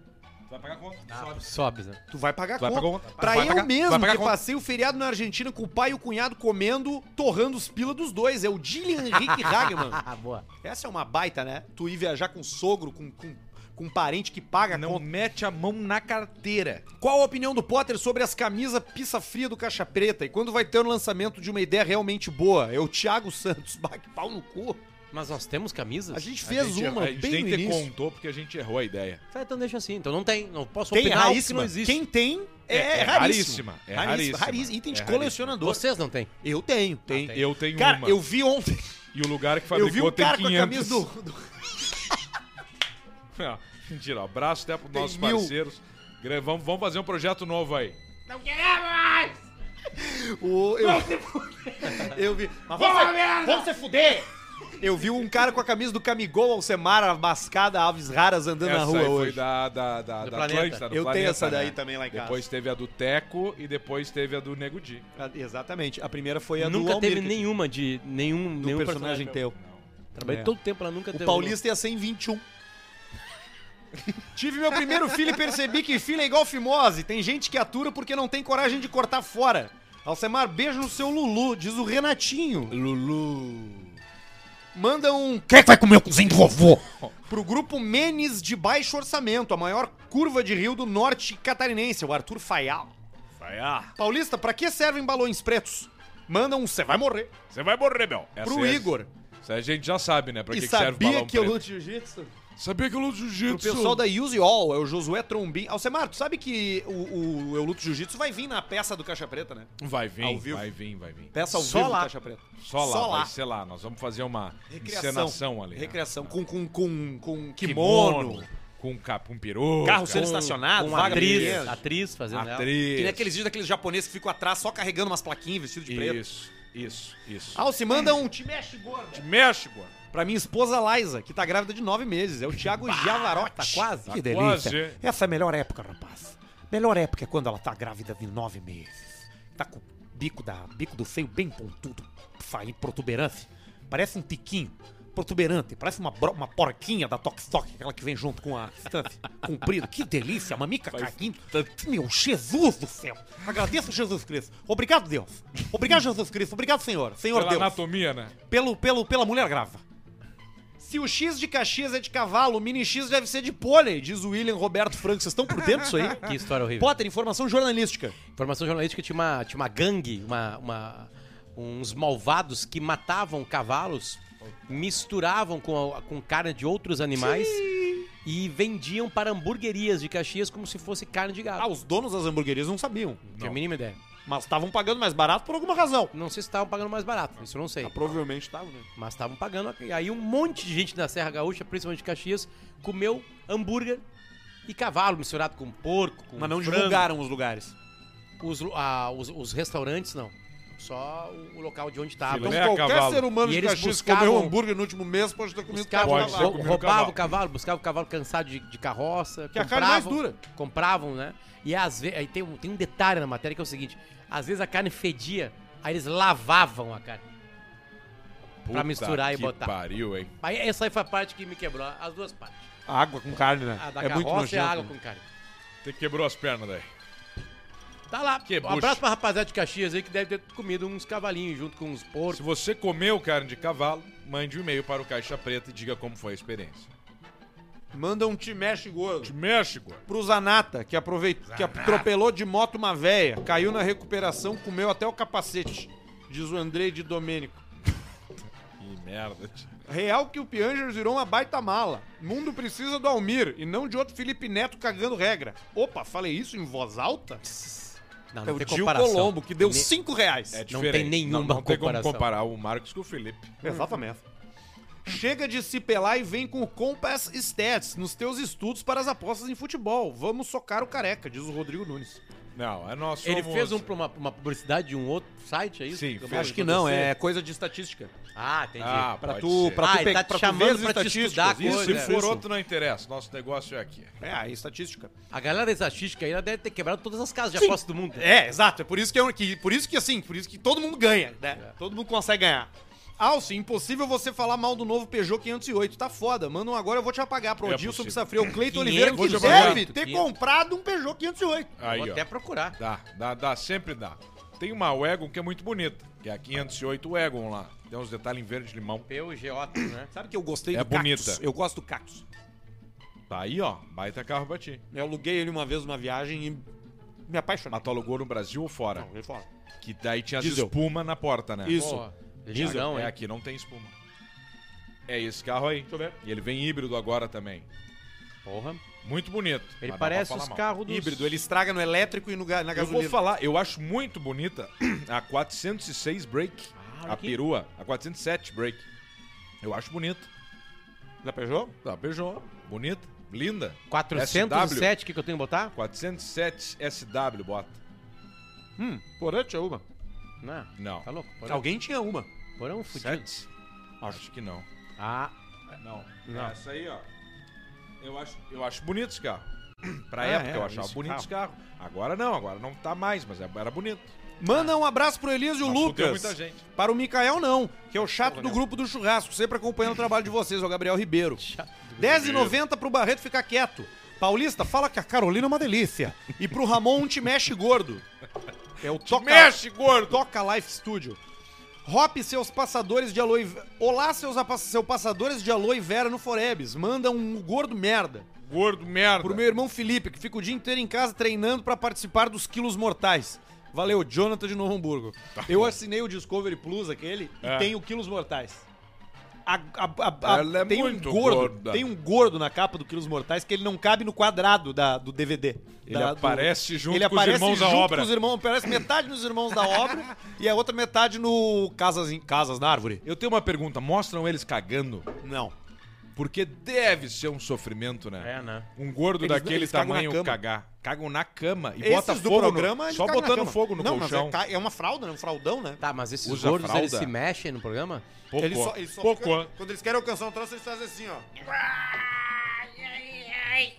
Speaker 2: Vai pagar conta.
Speaker 3: Sobe, né?
Speaker 1: Tu vai pagar a
Speaker 2: Tu vai
Speaker 1: conta.
Speaker 2: pagar conta.
Speaker 1: Pra
Speaker 2: Vai
Speaker 1: eu
Speaker 2: pagar-
Speaker 1: mesmo,
Speaker 2: vai pagar
Speaker 1: que
Speaker 2: conta.
Speaker 1: passei o feriado na Argentina com o pai e o cunhado comendo, torrando os pila dos dois. É o Dillian Henrique Hagman.
Speaker 3: Ah, boa.
Speaker 1: Essa é uma baita, né? Tu ir viajar com sogro, com, com, com parente que paga a
Speaker 2: Não
Speaker 1: conta.
Speaker 2: mete a mão na carteira.
Speaker 1: Qual a opinião do Potter sobre as camisas pizza fria do Caixa Preta? E quando vai ter o lançamento de uma ideia realmente boa? É o Thiago Santos. Bah, que pau no cu.
Speaker 3: Mas nós temos camisas?
Speaker 1: A gente fez uma
Speaker 2: A gente
Speaker 1: bem
Speaker 2: é nem
Speaker 1: no
Speaker 2: te
Speaker 1: início.
Speaker 2: contou porque a gente errou a ideia.
Speaker 3: Tá, então deixa assim. Então não tem. Não posso
Speaker 1: Tem
Speaker 3: opinar algo
Speaker 1: raríssima.
Speaker 3: que não existe.
Speaker 1: Quem tem é,
Speaker 2: É, é
Speaker 1: raríssima.
Speaker 2: raríssima, é raríssima.
Speaker 1: raríssima. Item de
Speaker 2: É
Speaker 1: colecionador.
Speaker 3: Vocês não têm.
Speaker 1: Eu tenho. Tem.
Speaker 3: tem.
Speaker 2: Eu tenho
Speaker 1: Cara,
Speaker 2: uma.
Speaker 1: eu vi ontem.
Speaker 2: E o lugar que
Speaker 1: Eu
Speaker 2: fabricou
Speaker 1: vi um
Speaker 2: tem
Speaker 1: cara com a
Speaker 2: 500.
Speaker 1: camisa do, do-
Speaker 2: Não, mentira, um abraço até pros
Speaker 1: Tem
Speaker 2: nossos
Speaker 1: mil.
Speaker 2: parceiros. Gra- Vamos, vamos fazer um projeto novo aí.
Speaker 1: O, eu, eu vi. Mas vamos, se, vamos se fuder! Eu vi um cara com a camisa do Camigol Alcemara, mascada, aves raras andando na
Speaker 2: Essa
Speaker 1: rua
Speaker 2: aí foi
Speaker 1: hoje.
Speaker 2: da, da, da,
Speaker 3: Do
Speaker 2: da
Speaker 3: Planeta.
Speaker 2: Atlântida, do
Speaker 1: Eu tenho
Speaker 2: Planeta,
Speaker 1: essa daí
Speaker 2: né?
Speaker 1: também lá em casa.
Speaker 2: Depois teve a do Teco e depois teve a do Nego Di.
Speaker 1: Ah, Exatamente. A primeira foi a do
Speaker 3: Nunca
Speaker 1: Almir,
Speaker 3: teve
Speaker 1: que-
Speaker 3: nenhuma de. Nenhum,
Speaker 1: do
Speaker 3: nenhum
Speaker 1: personagem, teu.
Speaker 3: Trabalhei
Speaker 1: É.
Speaker 3: todo tempo, ela nunca um
Speaker 1: O Paulista ia ser em 21. Tive meu primeiro filho e percebi que filho é igual fimose. Tem gente que atura porque não tem coragem de cortar fora. Alcemar, beijo no seu Lulu, diz o Renatinho. Lulu. Manda um. Quem é que vai comer o cozinho do vovô? Pro grupo Menes de Baixo Orçamento, a maior curva de rio do norte catarinense, o Arthur Faial.
Speaker 2: Vai,
Speaker 1: Paulista, pra que servem balões pretos? Manda um, você vai morrer.
Speaker 2: Você vai morrer, meu. Essa
Speaker 1: Pro
Speaker 2: é-
Speaker 1: Igor.
Speaker 2: Isso aí a gente já sabe, né? Pra
Speaker 1: E
Speaker 2: que, que serve o
Speaker 1: sabia
Speaker 2: balão
Speaker 1: que eu
Speaker 2: preto.
Speaker 1: luto jiu-jitsu?
Speaker 2: Sabia que eu luto
Speaker 1: Pro
Speaker 2: jiu-jitsu.
Speaker 1: pessoal da Use All, é o Josué Trombin. Alcemar, tu sabe que o, o Eu Luto Jiu-Jitsu vai vir na peça do Caixa Preta, né?
Speaker 2: Vai
Speaker 1: Ao
Speaker 2: vir,
Speaker 1: vivo.
Speaker 2: vai vir, vai vir.
Speaker 1: Peça ao
Speaker 3: Só
Speaker 1: vivo
Speaker 3: lá.
Speaker 1: do Caixa Preta.
Speaker 2: Só lá,
Speaker 1: Só lá.
Speaker 2: vai ser lá. Nós vamos fazer uma
Speaker 1: Recriação.
Speaker 2: encenação ali. né?
Speaker 1: Recreação com, com, com, com kimono,
Speaker 2: Kimono. Com, cap, com peruca.
Speaker 1: carro sendo
Speaker 3: Com-
Speaker 1: estacionado,
Speaker 3: com
Speaker 1: vaga
Speaker 3: um atriz,
Speaker 1: pequena.
Speaker 3: atriz fazendo ela.
Speaker 2: Atriz.
Speaker 1: Que nem aqueles dias daqueles japoneses que ficam atrás só carregando umas plaquinhas vestido de preto.
Speaker 2: Isso, isso, isso.
Speaker 1: Alce, manda um te mexe gorda.
Speaker 2: México.
Speaker 1: Pra minha esposa Laisa, que tá grávida de nove meses. É o Thiago Javarota.
Speaker 3: quase.
Speaker 1: Que
Speaker 2: quase.
Speaker 1: delícia. Essa é a melhor época, rapaz. Melhor época é quando ela tá grávida de nove meses. Tá com o bico, da, bico do seio bem pontudo, fa- em protuberância. Parece um tiquinho. Protuberante, parece uma, bro- uma porquinha da Tox Tok, aquela que vem junto com a estante comprida. Que delícia, mamica caindo. Meu Jesus do céu. Agradeço Jesus Cristo. Obrigado, Deus. Obrigado, Jesus Cristo. Obrigado, Senhor. Senhor
Speaker 2: Pela
Speaker 1: Deus
Speaker 2: anatomia, né?
Speaker 1: pelo, pelo, pela mulher grávida. Se o X de Caxias é de cavalo, o mini X deve ser de pônei, diz o William Roberto Franco. Vocês estão por dentro disso aí?
Speaker 3: Que história horrível.
Speaker 1: Potter, informação jornalística.
Speaker 3: Informação jornalística tinha uma, tinha uma gangue, uma, uma- uns malvados que matavam cavalos, misturavam com, a- com carne de outros animais e vendiam para hamburguerias de Caxias como se fosse carne de
Speaker 1: Ah,
Speaker 3: gado.
Speaker 1: os donos das hamburguerias não sabiam,
Speaker 3: Não tenho a mínima ideia.
Speaker 1: mas estavam pagando mais barato por alguma razão.
Speaker 3: Não sei se estavam pagando mais barato, isso eu não sei.
Speaker 1: Ah, Provavelmente estavam, né?
Speaker 3: Mas estavam pagando. E aí um monte de gente da Serra Gaúcha, principalmente de Caxias, comeu hambúrguer e cavalo misturado com porco, com
Speaker 1: Mas não
Speaker 3: frango.
Speaker 1: divulgaram os lugares.
Speaker 3: Os, lu- ah, os- os restaurantes, não. Só o, o local de onde
Speaker 1: Ah,
Speaker 3: Então, estava.
Speaker 2: Filé. É, cavalo.
Speaker 1: então humano
Speaker 3: E eles buscavam-
Speaker 1: hambúrguer no último mês pode ter comido
Speaker 3: Buscavam,
Speaker 2: Pode ser
Speaker 3: rou-
Speaker 2: comido
Speaker 3: roubava
Speaker 2: cavalo.
Speaker 3: o cavalo, buscava o cavalo cansado de, de carroça.
Speaker 1: Que é a carne mais
Speaker 3: compravam-
Speaker 1: dura.
Speaker 3: Compravam, né? E às vezes. Aí tem, um- tem um detalhe na matéria que é o seguinte: às vezes a carne fedia, aí eles lavavam a carne. Pra misturar e
Speaker 2: que
Speaker 3: botar.
Speaker 2: pariu, hein?
Speaker 3: Aí essa aí foi a parte que me quebrou, as duas partes.
Speaker 1: Água com carne, né?
Speaker 3: A da
Speaker 1: é muito
Speaker 3: carroça e a
Speaker 1: nojento.
Speaker 3: água com carne.
Speaker 2: Você quebrou as pernas daí.
Speaker 3: Tá lá.
Speaker 2: Que
Speaker 3: um
Speaker 2: bucha.
Speaker 3: abraço pra rapaziada de Caxias aí que deve ter comido uns cavalinhos junto com uns
Speaker 2: Se
Speaker 3: porcos.
Speaker 2: você comeu carne de cavalo, mande um e-mail para o Caixa Preta e diga como foi a experiência.
Speaker 1: Manda um te mexe gordo.
Speaker 2: De México.
Speaker 1: pro Zanata, que aproveitou, que atropelou de moto uma véia, caiu na recuperação, comeu até o capacete, diz o Andrei de Domênico.
Speaker 2: Que merda. tio.
Speaker 1: Real que o Piangers virou uma baita mala. Mundo precisa do Almir e não de outro Felipe Neto cagando regra. Opa, falei isso em voz alta?
Speaker 3: Não,
Speaker 1: É
Speaker 3: não
Speaker 1: o
Speaker 3: tem
Speaker 1: Tio
Speaker 3: comparação.
Speaker 1: Colombo, que deu
Speaker 3: Ne-
Speaker 1: 5 reais.
Speaker 2: É
Speaker 3: Não
Speaker 2: diferente.
Speaker 3: tem nenhuma
Speaker 2: não, não tem como
Speaker 3: comparação.
Speaker 2: comparar o Marcos com o Felipe.
Speaker 1: Exatamente. Chega de se pelar e vem com o Compass Stats nos teus estudos para as apostas em futebol. Vamos socar o careca, diz o Rodrigo Nunes.
Speaker 2: Não, é nosso.
Speaker 3: Ele fez um- uma, uma publicidade de um outro site, é isso?
Speaker 2: Sim,
Speaker 3: Acabou
Speaker 2: fez.
Speaker 3: de
Speaker 1: Acho que não,
Speaker 3: acontecer?
Speaker 1: é coisa de estatística.
Speaker 3: Ah, entendi.
Speaker 2: Ah,
Speaker 1: Pra
Speaker 2: pode
Speaker 1: tu,
Speaker 2: ser.
Speaker 1: pra tu,
Speaker 3: Ah, ele
Speaker 1: pe-
Speaker 3: tá te
Speaker 1: pra tu
Speaker 3: chamando
Speaker 1: ver as
Speaker 3: pra te
Speaker 1: estatísticas.
Speaker 3: estudar
Speaker 1: isso,
Speaker 2: Se
Speaker 3: coisa.
Speaker 1: isso,
Speaker 2: for
Speaker 1: isso.
Speaker 2: outro, não interessa. Nosso negócio é aqui.
Speaker 1: É, a estatística.
Speaker 3: A galera da estatística aí ela deve ter quebrado todas as casas de aposta do mundo.
Speaker 1: É, exato. É por isso que, é um- que- por isso que assim, por isso que todo mundo ganha, né? Todo mundo consegue ganhar. Alce, impossível você falar mal do novo Peugeot 508. Tá foda. Manda um agora, eu vou te apagar. Pro
Speaker 2: É
Speaker 1: Odilson
Speaker 2: possível.
Speaker 1: precisa freio. O Cleiton Oliveira que
Speaker 3: 508,
Speaker 1: deve ter
Speaker 3: 500.
Speaker 1: comprado um Peugeot 508.
Speaker 2: Aí,
Speaker 3: Vou
Speaker 2: ó.
Speaker 3: até procurar.
Speaker 2: Dá, dá, dá, sempre dá. Tem uma Wagon que é muito bonita, que é a 508 Wagon lá. Tem uns detalhes em verde limão.
Speaker 3: PUGO, né?
Speaker 1: Sabe que eu gostei
Speaker 2: É
Speaker 1: do Cactus?
Speaker 2: bonita.
Speaker 1: Eu gosto do Cactus.
Speaker 2: Tá aí, ó. Baita carro pra ti.
Speaker 1: Eu aluguei ele uma vez numa viagem e me apaixonei.
Speaker 2: Mas tu alugou no Brasil ou fora?
Speaker 1: Não, ele é fala.
Speaker 2: Que daí tinha as
Speaker 1: Diesel.
Speaker 2: espuma na porta, né?
Speaker 1: Isso.
Speaker 3: Diesel,
Speaker 2: Não, é
Speaker 3: hein?
Speaker 2: aqui, não tem espuma. É esse carro aí.
Speaker 1: Deixa eu ver.
Speaker 2: E ele vem híbrido agora também.
Speaker 3: Porra.
Speaker 2: Muito bonito. mas
Speaker 3: Ele
Speaker 2: dá pra
Speaker 3: parece
Speaker 2: falar
Speaker 3: os
Speaker 2: mal.
Speaker 3: carros dos...
Speaker 1: Híbrido, ele estraga no elétrico e no ga- na
Speaker 2: Eu vou
Speaker 1: gasolina.
Speaker 2: falar, eu acho muito bonita a 406 Break.
Speaker 3: Ah,
Speaker 2: a
Speaker 3: que-
Speaker 2: perua. A 407 Break. Eu acho bonita.
Speaker 1: Da Peugeot?
Speaker 2: Tá, Peugeot. Bonita. Linda.
Speaker 3: 407, o que, que eu tenho que botar?
Speaker 2: 407 SW, bota.
Speaker 1: Hum, porém tinha uma.
Speaker 3: Não.
Speaker 2: Não.
Speaker 3: Tá louco? Porão,
Speaker 1: Alguém tinha uma.
Speaker 3: porão fudido.
Speaker 2: Sete? Acho que não.
Speaker 3: Ah,
Speaker 2: Não. Essa aí, ó. Eu acho, eu acho bonito esse carro. Pra
Speaker 1: Ah,
Speaker 2: época
Speaker 1: é,
Speaker 2: eu achava
Speaker 1: esse
Speaker 2: bonito esse carro. Agora não, agora não tá mais, mas era bonito.
Speaker 1: Manda um abraço pro Elias e o
Speaker 2: Mas fudeu
Speaker 1: Lucas.
Speaker 2: muita gente. né?
Speaker 1: Para o Mikael, não, que é o chato do grupo do churrasco, sempre acompanhando o trabalho de vocês, é o Gabriel Ribeiro.
Speaker 3: chato.
Speaker 1: 10,90 pro Barreto ficar quieto. Paulista, fala que a Carolina é uma delícia. E pro Ramon, um te mexe gordo. É o Toca,
Speaker 2: mexe, gordo!
Speaker 1: Toca Life Studio. Hop seus passadores de aloe... Olá, seus apa- seu passadores de aloe vera no Forebs. Manda um gordo merda.
Speaker 2: Gordo, merda.
Speaker 1: Pro meu irmão Felipe, que fica o dia inteiro em casa treinando pra participar dos quilos mortais. Valeu, Jonathan de Novo Hamburgo. Eu assinei o Discovery Plus, aquele,
Speaker 2: É.
Speaker 1: e tem o Quilos Mortais. A- a- a- a-
Speaker 2: Ela é
Speaker 1: tem
Speaker 2: muito
Speaker 1: um gordo,
Speaker 2: gorda.
Speaker 1: Tem um gordo na capa do Quilos Mortais que ele não cabe no quadrado da- do DVD.
Speaker 2: Ele
Speaker 1: Da- do-
Speaker 2: aparece junto
Speaker 1: ele
Speaker 2: com os
Speaker 1: aparece
Speaker 2: irmãos da
Speaker 1: junto
Speaker 2: obra.
Speaker 1: com os irmãos- aparece metade nos Irmãos da Obra e a outra metade no Casas, em, Casas na Árvore.
Speaker 2: Eu tenho uma pergunta. Mostram eles cagando?
Speaker 1: Não.
Speaker 2: Porque deve ser um sofrimento, né?
Speaker 3: É, né?
Speaker 2: Um gordo
Speaker 1: Eles-
Speaker 2: daquele
Speaker 1: eles cagam na
Speaker 2: tamanho
Speaker 1: cama.
Speaker 2: cagar. Cagam na cama e
Speaker 1: Esses
Speaker 2: bota
Speaker 1: do
Speaker 2: fogo no-
Speaker 1: programa, eles
Speaker 2: Só
Speaker 1: cagam na
Speaker 2: botando
Speaker 1: cama.
Speaker 2: fogo no
Speaker 1: não,
Speaker 2: colchão.
Speaker 1: Mas é ca- é, uma fralda, né? Um fraldão, né?
Speaker 3: Tá, mas esses
Speaker 2: Usa
Speaker 3: gordos, eles
Speaker 2: fralda?
Speaker 3: se mexem no programa?
Speaker 2: Pocô.
Speaker 1: Ele só, ele só
Speaker 2: Pocô.
Speaker 1: fica- quando eles querem alcançar um troço, eles fazem assim, ó.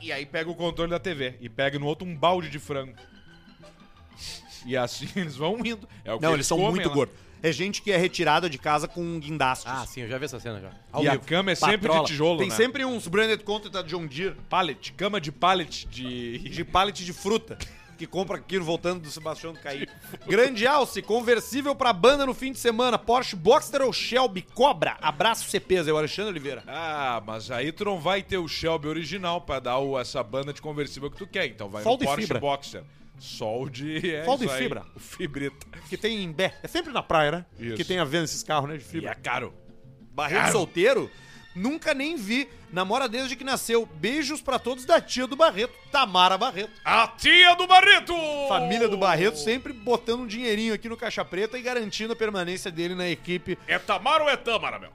Speaker 2: E aí pega o controle da TV e pega no outro um balde de frango. E assim eles vão indo. É o que
Speaker 1: Não, eles são
Speaker 2: comem
Speaker 1: muito
Speaker 2: lá.
Speaker 1: gordos. É gente que é retirada de casa com guindastes.
Speaker 3: Ah, sim, eu já vi essa cena já. Ao
Speaker 2: E a
Speaker 3: vivo.
Speaker 2: cama é sempre
Speaker 3: Patrola.
Speaker 2: de tijolo,
Speaker 1: Tem
Speaker 2: né?
Speaker 1: sempre uns branded content da John Deere,
Speaker 2: pallet, cama de pallet de
Speaker 1: de pallet de fruta, que compra aqui no voltando do Sebastião do Caí. Grande alce, conversível pra banda no fim de semana, Porsche Boxster ou Shelby Cobra. Abraço CPs, é o Alexandre Oliveira.
Speaker 2: Ah, mas aí tu não vai ter o Shelby original pra dar o- essa banda de conversível que tu quer. Então vai
Speaker 1: Sol
Speaker 2: no
Speaker 1: de
Speaker 2: Porsche
Speaker 1: fibra.
Speaker 2: Boxer. Sol de... É
Speaker 1: Sol de
Speaker 2: isso aí.
Speaker 1: fibra.
Speaker 2: O fibrita.
Speaker 1: Que tem em Bé, é sempre na praia, né?
Speaker 2: Isso.
Speaker 1: Que tem a venda esses carros, né, de
Speaker 2: E
Speaker 1: fibra.
Speaker 2: é caro.
Speaker 1: Barreto
Speaker 2: Cara.
Speaker 1: solteiro? Nunca nem vi. Namora desde que nasceu. Beijos pra todos da tia do Barreto, Tamara Barreto.
Speaker 2: A tia do Barreto!
Speaker 1: Família do Barreto sempre botando um dinheirinho aqui no Caixa Preta e garantindo a permanência dele na equipe.
Speaker 2: É Tamara ou é Tâmara, meu?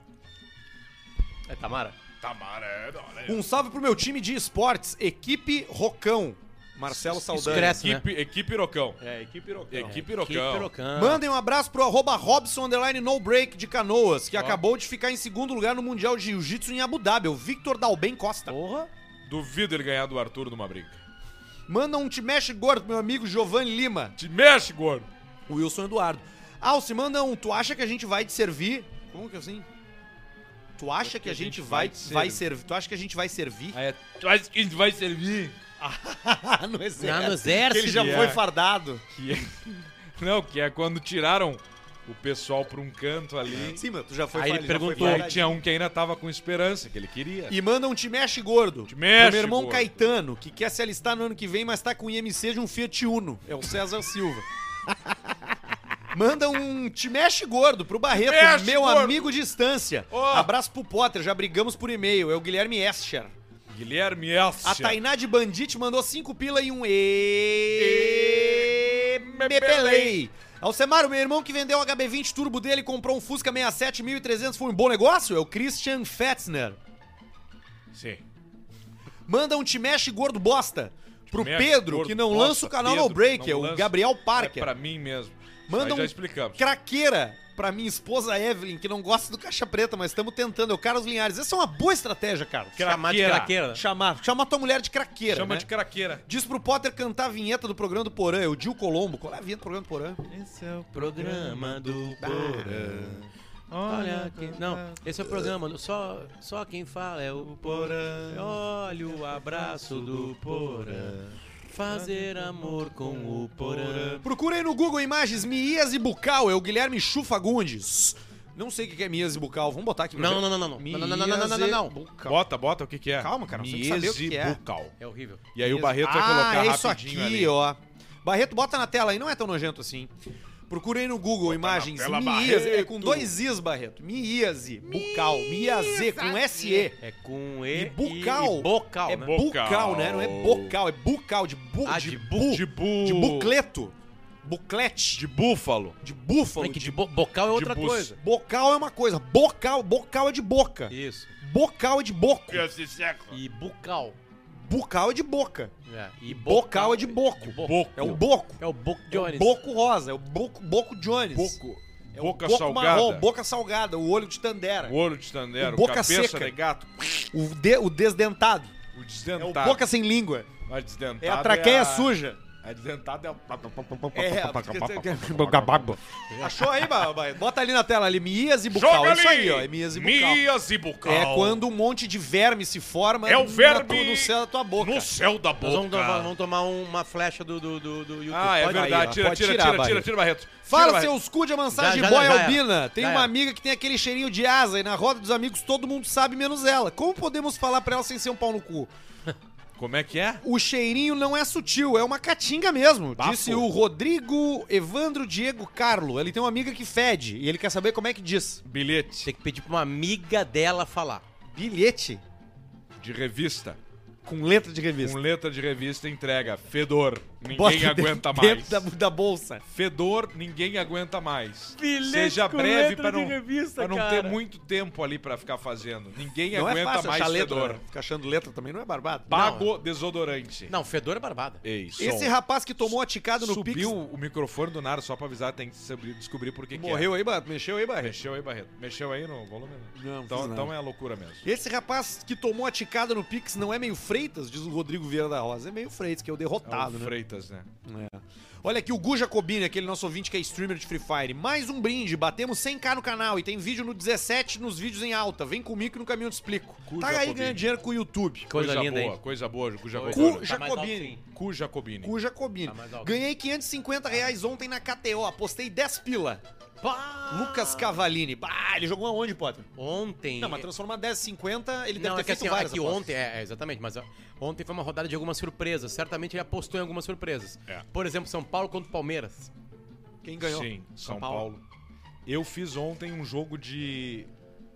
Speaker 4: É Tamara?
Speaker 2: Tamara é... Não, né?
Speaker 1: Um salve pro meu time de esportes, equipe Rocão. Marcelo
Speaker 3: Isso
Speaker 1: Saldanha.
Speaker 3: cresce, né?
Speaker 2: Equipe, equipe Irocão.
Speaker 1: É, equipe Rocão.
Speaker 2: Equipe
Speaker 3: Que
Speaker 2: Irocão.
Speaker 3: pirocão.
Speaker 1: Mandem um abraço pro arroba Robson underline no break de Canoas, que acabou de ficar em segundo lugar no Mundial de Jiu-Jitsu em Abu Dhabi, o Victor Dalben Costa.
Speaker 3: Porra.
Speaker 2: Duvido ele ganhar do Arthur numa briga.
Speaker 1: Manda um te mexe gordo pro meu amigo Giovanni Lima.
Speaker 2: Te mexe, gordo!
Speaker 1: O Wilson Eduardo. Alce, manda um. Tu acha que a gente vai te servir? Como que assim? Tu acha que a gente, vai, vai, servir. Tu acha que a gente vai servir?
Speaker 2: Aí é... Tu acha que vai servir?
Speaker 1: no exército.
Speaker 3: Lá
Speaker 1: é
Speaker 3: no
Speaker 1: assim, Que
Speaker 3: exército.
Speaker 1: ele já
Speaker 2: É.
Speaker 1: foi fardado.
Speaker 2: Que é- Não, que é quando tiraram o pessoal pra um canto ali.
Speaker 1: Sim, meu, tu já foi
Speaker 3: Aí
Speaker 1: fa-
Speaker 3: ele
Speaker 1: já É. foi
Speaker 3: perguntou,
Speaker 2: E aí
Speaker 1: fardado.
Speaker 2: tinha um que ainda tava com esperança, que ele queria.
Speaker 1: E manda um te mexe gordo.
Speaker 2: Te mexe,
Speaker 1: Pro meu irmão
Speaker 2: gordo.
Speaker 1: Caetano, que quer se alistar no ano que vem, mas tá com IMC de um Fiat Uno. É o César Silva. Manda um te mexe gordo pro Barreto,
Speaker 2: Mexe,
Speaker 1: meu
Speaker 2: gordo.
Speaker 1: amigo de distância.
Speaker 2: Ó.
Speaker 1: Abraço pro Potter, já brigamos por e-mail. É o Guilherme Escher.
Speaker 2: Guilherme Elcia.
Speaker 1: A Tainá de Bandit mandou cinco pila e um e... Mepelei. Alcemar, o meu irmão que vendeu o HB20 turbo dele e comprou um Fusca 67300 foi um bom negócio? É o Christian Fetzner.
Speaker 2: Sim.
Speaker 1: Manda um te mexe gordo bosta pro
Speaker 2: Mexe,
Speaker 1: Pedro,
Speaker 2: gordo,
Speaker 1: que não
Speaker 2: bosta,
Speaker 1: lança o canal
Speaker 2: Pedro,
Speaker 1: No Break,
Speaker 2: não
Speaker 1: é o
Speaker 2: lança.
Speaker 1: Gabriel
Speaker 2: É
Speaker 1: Parker.
Speaker 2: pra mim mesmo.
Speaker 1: Manda
Speaker 2: Aí
Speaker 1: um
Speaker 2: já explicamos.
Speaker 1: craqueira pra minha esposa Evelyn, que não gosta do caixa preta, mas estamos tentando. É o Carlos Linhares. Essa é uma boa estratégia, Carlos.
Speaker 3: Chamar de
Speaker 2: Craqueira.
Speaker 3: craqueira.
Speaker 1: Chamar. Chama tua mulher de craqueira,
Speaker 2: Chama
Speaker 1: né?
Speaker 2: de craqueira.
Speaker 1: Diz pro Potter cantar a vinheta do programa do Porã. É o Dil Colombo. Qual é a vinheta do programa do Porã?
Speaker 5: Esse é o
Speaker 3: Programa do Porã. Olha que. Não, esse é o programa. do- Só, só quem fala é o Porã. Olha o abraço do Porã. Fazer amor com o Porã.
Speaker 1: Procura aí no Google Imagens Mias e Bucal. É o Guilherme Chufa Gundes. Não sei o que que é Mias e Bucal. Vamos botar aqui. pra
Speaker 3: Não,
Speaker 1: ver.
Speaker 3: não, não, não, não.
Speaker 1: Mias
Speaker 3: Não, não, não, não, não, não, não,
Speaker 1: e
Speaker 3: não.
Speaker 1: Bucal.
Speaker 2: Bota, bota o que que é.
Speaker 1: Calma, cara, nós temos que saber o que que é.
Speaker 2: Miesebucal.
Speaker 3: É horrível.
Speaker 2: E aí o Barreto vai
Speaker 1: ah,
Speaker 2: colocar
Speaker 1: é isso aqui,
Speaker 2: rapidinho ali.
Speaker 1: ó. Barreto, bota na tela aí. Não é tão nojento assim. Procurei no Google imagens
Speaker 2: tela,
Speaker 1: Mias, é
Speaker 2: Barreto.
Speaker 1: com dois Is, Barreto. Miase, bucal, Miase, com SE.
Speaker 3: É com
Speaker 1: E
Speaker 3: E.
Speaker 1: bucal.
Speaker 3: E bocal,
Speaker 1: É
Speaker 3: né?
Speaker 2: bo-
Speaker 1: bucal, né? Não é bocal, é bucal, de bu,
Speaker 3: Ah,
Speaker 1: de,
Speaker 3: de
Speaker 1: bu,
Speaker 2: De bu...
Speaker 1: de bucleto, buclete, de,
Speaker 2: De búfalo.
Speaker 1: búfalo,
Speaker 3: É que
Speaker 1: de...
Speaker 3: de bo- bocal é outra
Speaker 2: bus.
Speaker 3: coisa.
Speaker 1: Bocal é uma coisa, bocal, bocal é de boca,
Speaker 3: Isso.
Speaker 1: bocal é de boco,
Speaker 3: E bucal.
Speaker 1: bucal é de boca,
Speaker 3: É. E
Speaker 1: bocal é de boco, é o boco,
Speaker 3: É o boco
Speaker 1: é
Speaker 3: Jones.
Speaker 1: o boco rosa, é o boco, boco Jones,
Speaker 2: Boco.
Speaker 1: é o
Speaker 2: boca
Speaker 1: boco
Speaker 2: salgada.
Speaker 1: marrom, boca salgada, o olho de tandera,
Speaker 2: O olho de tandero.
Speaker 1: O boca
Speaker 2: cabeça
Speaker 1: seca.
Speaker 2: de gato.
Speaker 1: o, de- o desdentado,
Speaker 2: O
Speaker 1: é o
Speaker 2: desdentado.
Speaker 1: boca sem língua,
Speaker 2: A desdentada
Speaker 1: é a traqueia
Speaker 2: a-
Speaker 1: suja.
Speaker 2: A desdentada é a...
Speaker 1: É, Achou aí, Ba- Ba- Bota ali na tela ali, mias e bucal.
Speaker 2: Joga
Speaker 1: é isso aí,
Speaker 2: ali!
Speaker 1: ó. É mias e bucal.
Speaker 2: Mias e bucal.
Speaker 1: É quando um monte de verme se forma
Speaker 2: É o
Speaker 1: na
Speaker 2: verme
Speaker 1: tua- no céu da tua boca.
Speaker 2: No céu da
Speaker 3: Nós vamos, tomar-
Speaker 1: um
Speaker 2: boca.
Speaker 3: vamos tomar um, uma flecha do, do, do, do YouTube.
Speaker 2: Ah, é
Speaker 3: Pode-
Speaker 1: aí, ó.
Speaker 2: verdade. Tira,
Speaker 1: Pode
Speaker 2: tira,
Speaker 1: tirar,
Speaker 2: tira, tira,
Speaker 1: Barreto.
Speaker 2: tira, Barreto.
Speaker 1: Fala,
Speaker 2: Tira, Barreto.
Speaker 1: seus cu de amansagem
Speaker 3: Já- já-
Speaker 1: boy
Speaker 3: já era.
Speaker 1: albina. Tem
Speaker 3: Já
Speaker 1: uma
Speaker 3: era.
Speaker 1: amiga que tem aquele cheirinho de asa e na roda dos amigos todo mundo sabe, menos ela. Como podemos falar pra ela sem ser um pau no cu?
Speaker 2: Como é que é?
Speaker 1: O cheirinho não é sutil, é uma catinga mesmo.
Speaker 2: Bafo.
Speaker 1: Disse o Rodrigo Evandro Diego Carlo. Ele tem uma amiga que fede e ele quer saber como é que diz.
Speaker 2: Bilhete
Speaker 3: Tem que pedir pra uma amiga dela falar.
Speaker 1: Bilhete
Speaker 2: de revista.
Speaker 1: com letra de revista.
Speaker 2: Com letra de revista entrega. Fedor. Ninguém
Speaker 1: Bota dentro-
Speaker 2: aguenta mais.
Speaker 1: dentro da, da bolsa.
Speaker 2: Fedor, ninguém aguenta mais.
Speaker 3: Bilhete
Speaker 2: Seja
Speaker 3: com
Speaker 2: breve
Speaker 3: letra
Speaker 2: pra
Speaker 3: de
Speaker 2: não,
Speaker 3: revista,
Speaker 2: pra não
Speaker 3: cara.
Speaker 2: ter muito tempo ali pra ficar fazendo. Ninguém
Speaker 1: não
Speaker 2: aguenta
Speaker 1: é fácil
Speaker 2: mais
Speaker 1: achar letra.
Speaker 2: fedor.
Speaker 1: né? Ficar achando letra também não é barbado.
Speaker 2: Pago desodorante.
Speaker 3: Não, fedor é barbada.
Speaker 2: Ei, som.
Speaker 1: Esse rapaz que tomou aticado no
Speaker 2: Subiu
Speaker 1: Pix
Speaker 2: o microfone do Naro só pra avisar, tem que saber- descobrir por que que é.
Speaker 1: morreu aí, Barreto. Mexeu aí, Barreto.
Speaker 2: Mexeu aí, Barreto. Mexeu aí no volume? né?
Speaker 1: Não, fiz
Speaker 2: então,
Speaker 1: nada.
Speaker 2: então é a loucura mesmo.
Speaker 1: Esse rapaz que tomou aticada no Pix não é meio Freitas, diz o Rodrigo Vieira da Rosa. É meio Freitas, que é o
Speaker 2: É o
Speaker 1: derrotado, né?
Speaker 2: Freitas, né?
Speaker 1: É. Olha aqui o Gu Jacobini, aquele nosso ouvinte que é streamer de Free Fire. Mais um brinde, batemos 100k no canal e tem vídeo no 17 nos vídeos em alta. Vem comigo que no caminho eu te explico.
Speaker 2: Gu
Speaker 1: tá aí
Speaker 2: Jacobini.
Speaker 1: ganhando dinheiro com o YouTube.
Speaker 3: Coisa linda,
Speaker 2: boa,
Speaker 3: hein?
Speaker 2: coisa boa, cu
Speaker 1: Cu
Speaker 2: Jacobini.
Speaker 4: Tá mais alto,
Speaker 1: Jacobini.
Speaker 4: sim.
Speaker 2: Cu Jacobini.
Speaker 1: Cu Jacobini.
Speaker 3: Tá mais alto.
Speaker 1: Ganhei 550 reais ontem na KTO, apostei 10 pila. Lucas Cavalini. Bah, ele jogou aonde, Potter?
Speaker 3: Ontem.
Speaker 1: Não, mas transformar 10,50, ele deve
Speaker 3: Não,
Speaker 1: ter
Speaker 3: é que,
Speaker 1: feito
Speaker 3: assim, ó, é
Speaker 1: várias
Speaker 3: que
Speaker 1: apostas.
Speaker 3: ontem, é, é, exatamente, mas ó, ontem foi uma rodada de algumas surpresas. Certamente ele apostou em algumas surpresas.
Speaker 2: É.
Speaker 3: Por exemplo, São Paulo contra o Palmeiras.
Speaker 1: Quem ganhou?
Speaker 2: Sim, São,
Speaker 1: São Paulo.
Speaker 2: Paulo. Eu fiz ontem um jogo de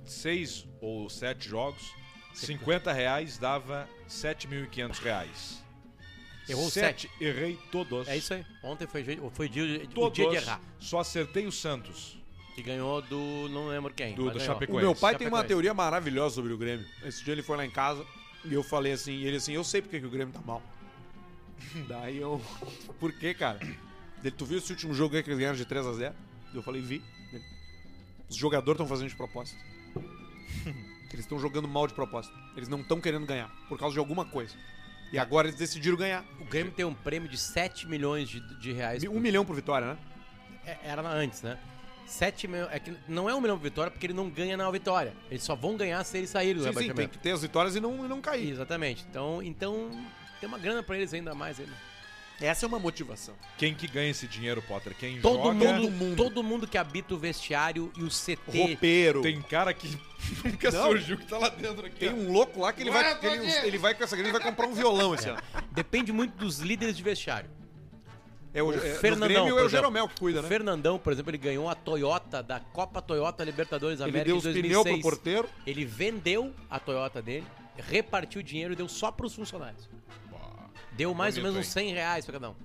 Speaker 2: seis ou sete jogos. 50 reais dava 7.500 reais.
Speaker 3: Errou
Speaker 2: sete. Errei todos.
Speaker 3: É isso aí. Ontem foi, je- foi dia, o
Speaker 2: Todos.
Speaker 3: dia de errar.
Speaker 2: Só acertei o Santos.
Speaker 3: Que ganhou do. Não lembro quem.
Speaker 2: Do-
Speaker 3: mas
Speaker 2: do
Speaker 3: ganhou.
Speaker 2: Chapecoense.
Speaker 1: O meu pai tem uma
Speaker 3: Chapecoense.
Speaker 1: teoria maravilhosa sobre o Grêmio. Esse dia ele foi lá em casa e eu falei assim, e ele assim, eu sei porque que o Grêmio tá mal. Daí eu, por quê, cara? Ele, tu viu esse último jogo aí que eles ganharam de 3x0? Eu falei, vi. Ele, Os jogadores estão fazendo de propósito. Eles estão jogando mal de propósito. Eles não estão querendo ganhar, por causa de alguma coisa. E agora eles decidiram ganhar.
Speaker 3: O Grêmio tem um prêmio de 7 milhões de, de reais.
Speaker 1: Um milhão por vitória, né?
Speaker 3: É, Era na- antes, né? 7 milhões. É que não é um milhão por vitória porque ele não ganha na vitória. Eles só vão ganhar se eles saírem do
Speaker 1: Sim, sim, tem
Speaker 3: rebaixamento.
Speaker 1: que ter as vitórias e não, e não cair.
Speaker 3: Exatamente. Então, então tem uma grana pra eles ainda mais ainda.
Speaker 1: Essa é uma motivação.
Speaker 2: Quem que ganha esse dinheiro, Potter? Quem
Speaker 3: Todo
Speaker 2: joga?
Speaker 3: mundo,
Speaker 1: mundo.
Speaker 3: todo mundo que habita o vestiário e o CT.
Speaker 1: Roupeiro.
Speaker 2: Tem cara que nunca
Speaker 1: Não.
Speaker 2: surgiu que tá lá dentro aqui.
Speaker 1: Tem um louco lá que ele vai, que ele, ele vai com essa grana, ele vai comprar um violão esse ano.
Speaker 3: Depende muito dos líderes de vestiário.
Speaker 1: É o,
Speaker 3: O
Speaker 1: é, no
Speaker 3: Fernandão,
Speaker 1: Grêmio é o
Speaker 3: por exemplo.
Speaker 1: Jeromel que cuida,
Speaker 3: O
Speaker 1: né?
Speaker 3: Fernandão, por exemplo, ele ganhou a Toyota da Copa Toyota Libertadores
Speaker 1: Ele
Speaker 3: América
Speaker 1: deu
Speaker 3: em
Speaker 1: os pneus pro
Speaker 3: 2006.
Speaker 1: porteiro.
Speaker 3: Ele vendeu a Toyota dele, repartiu o dinheiro e deu só pros funcionários. Deu mais
Speaker 2: bonito,
Speaker 3: ou menos
Speaker 2: hein?
Speaker 3: uns 100 reais pra cada um.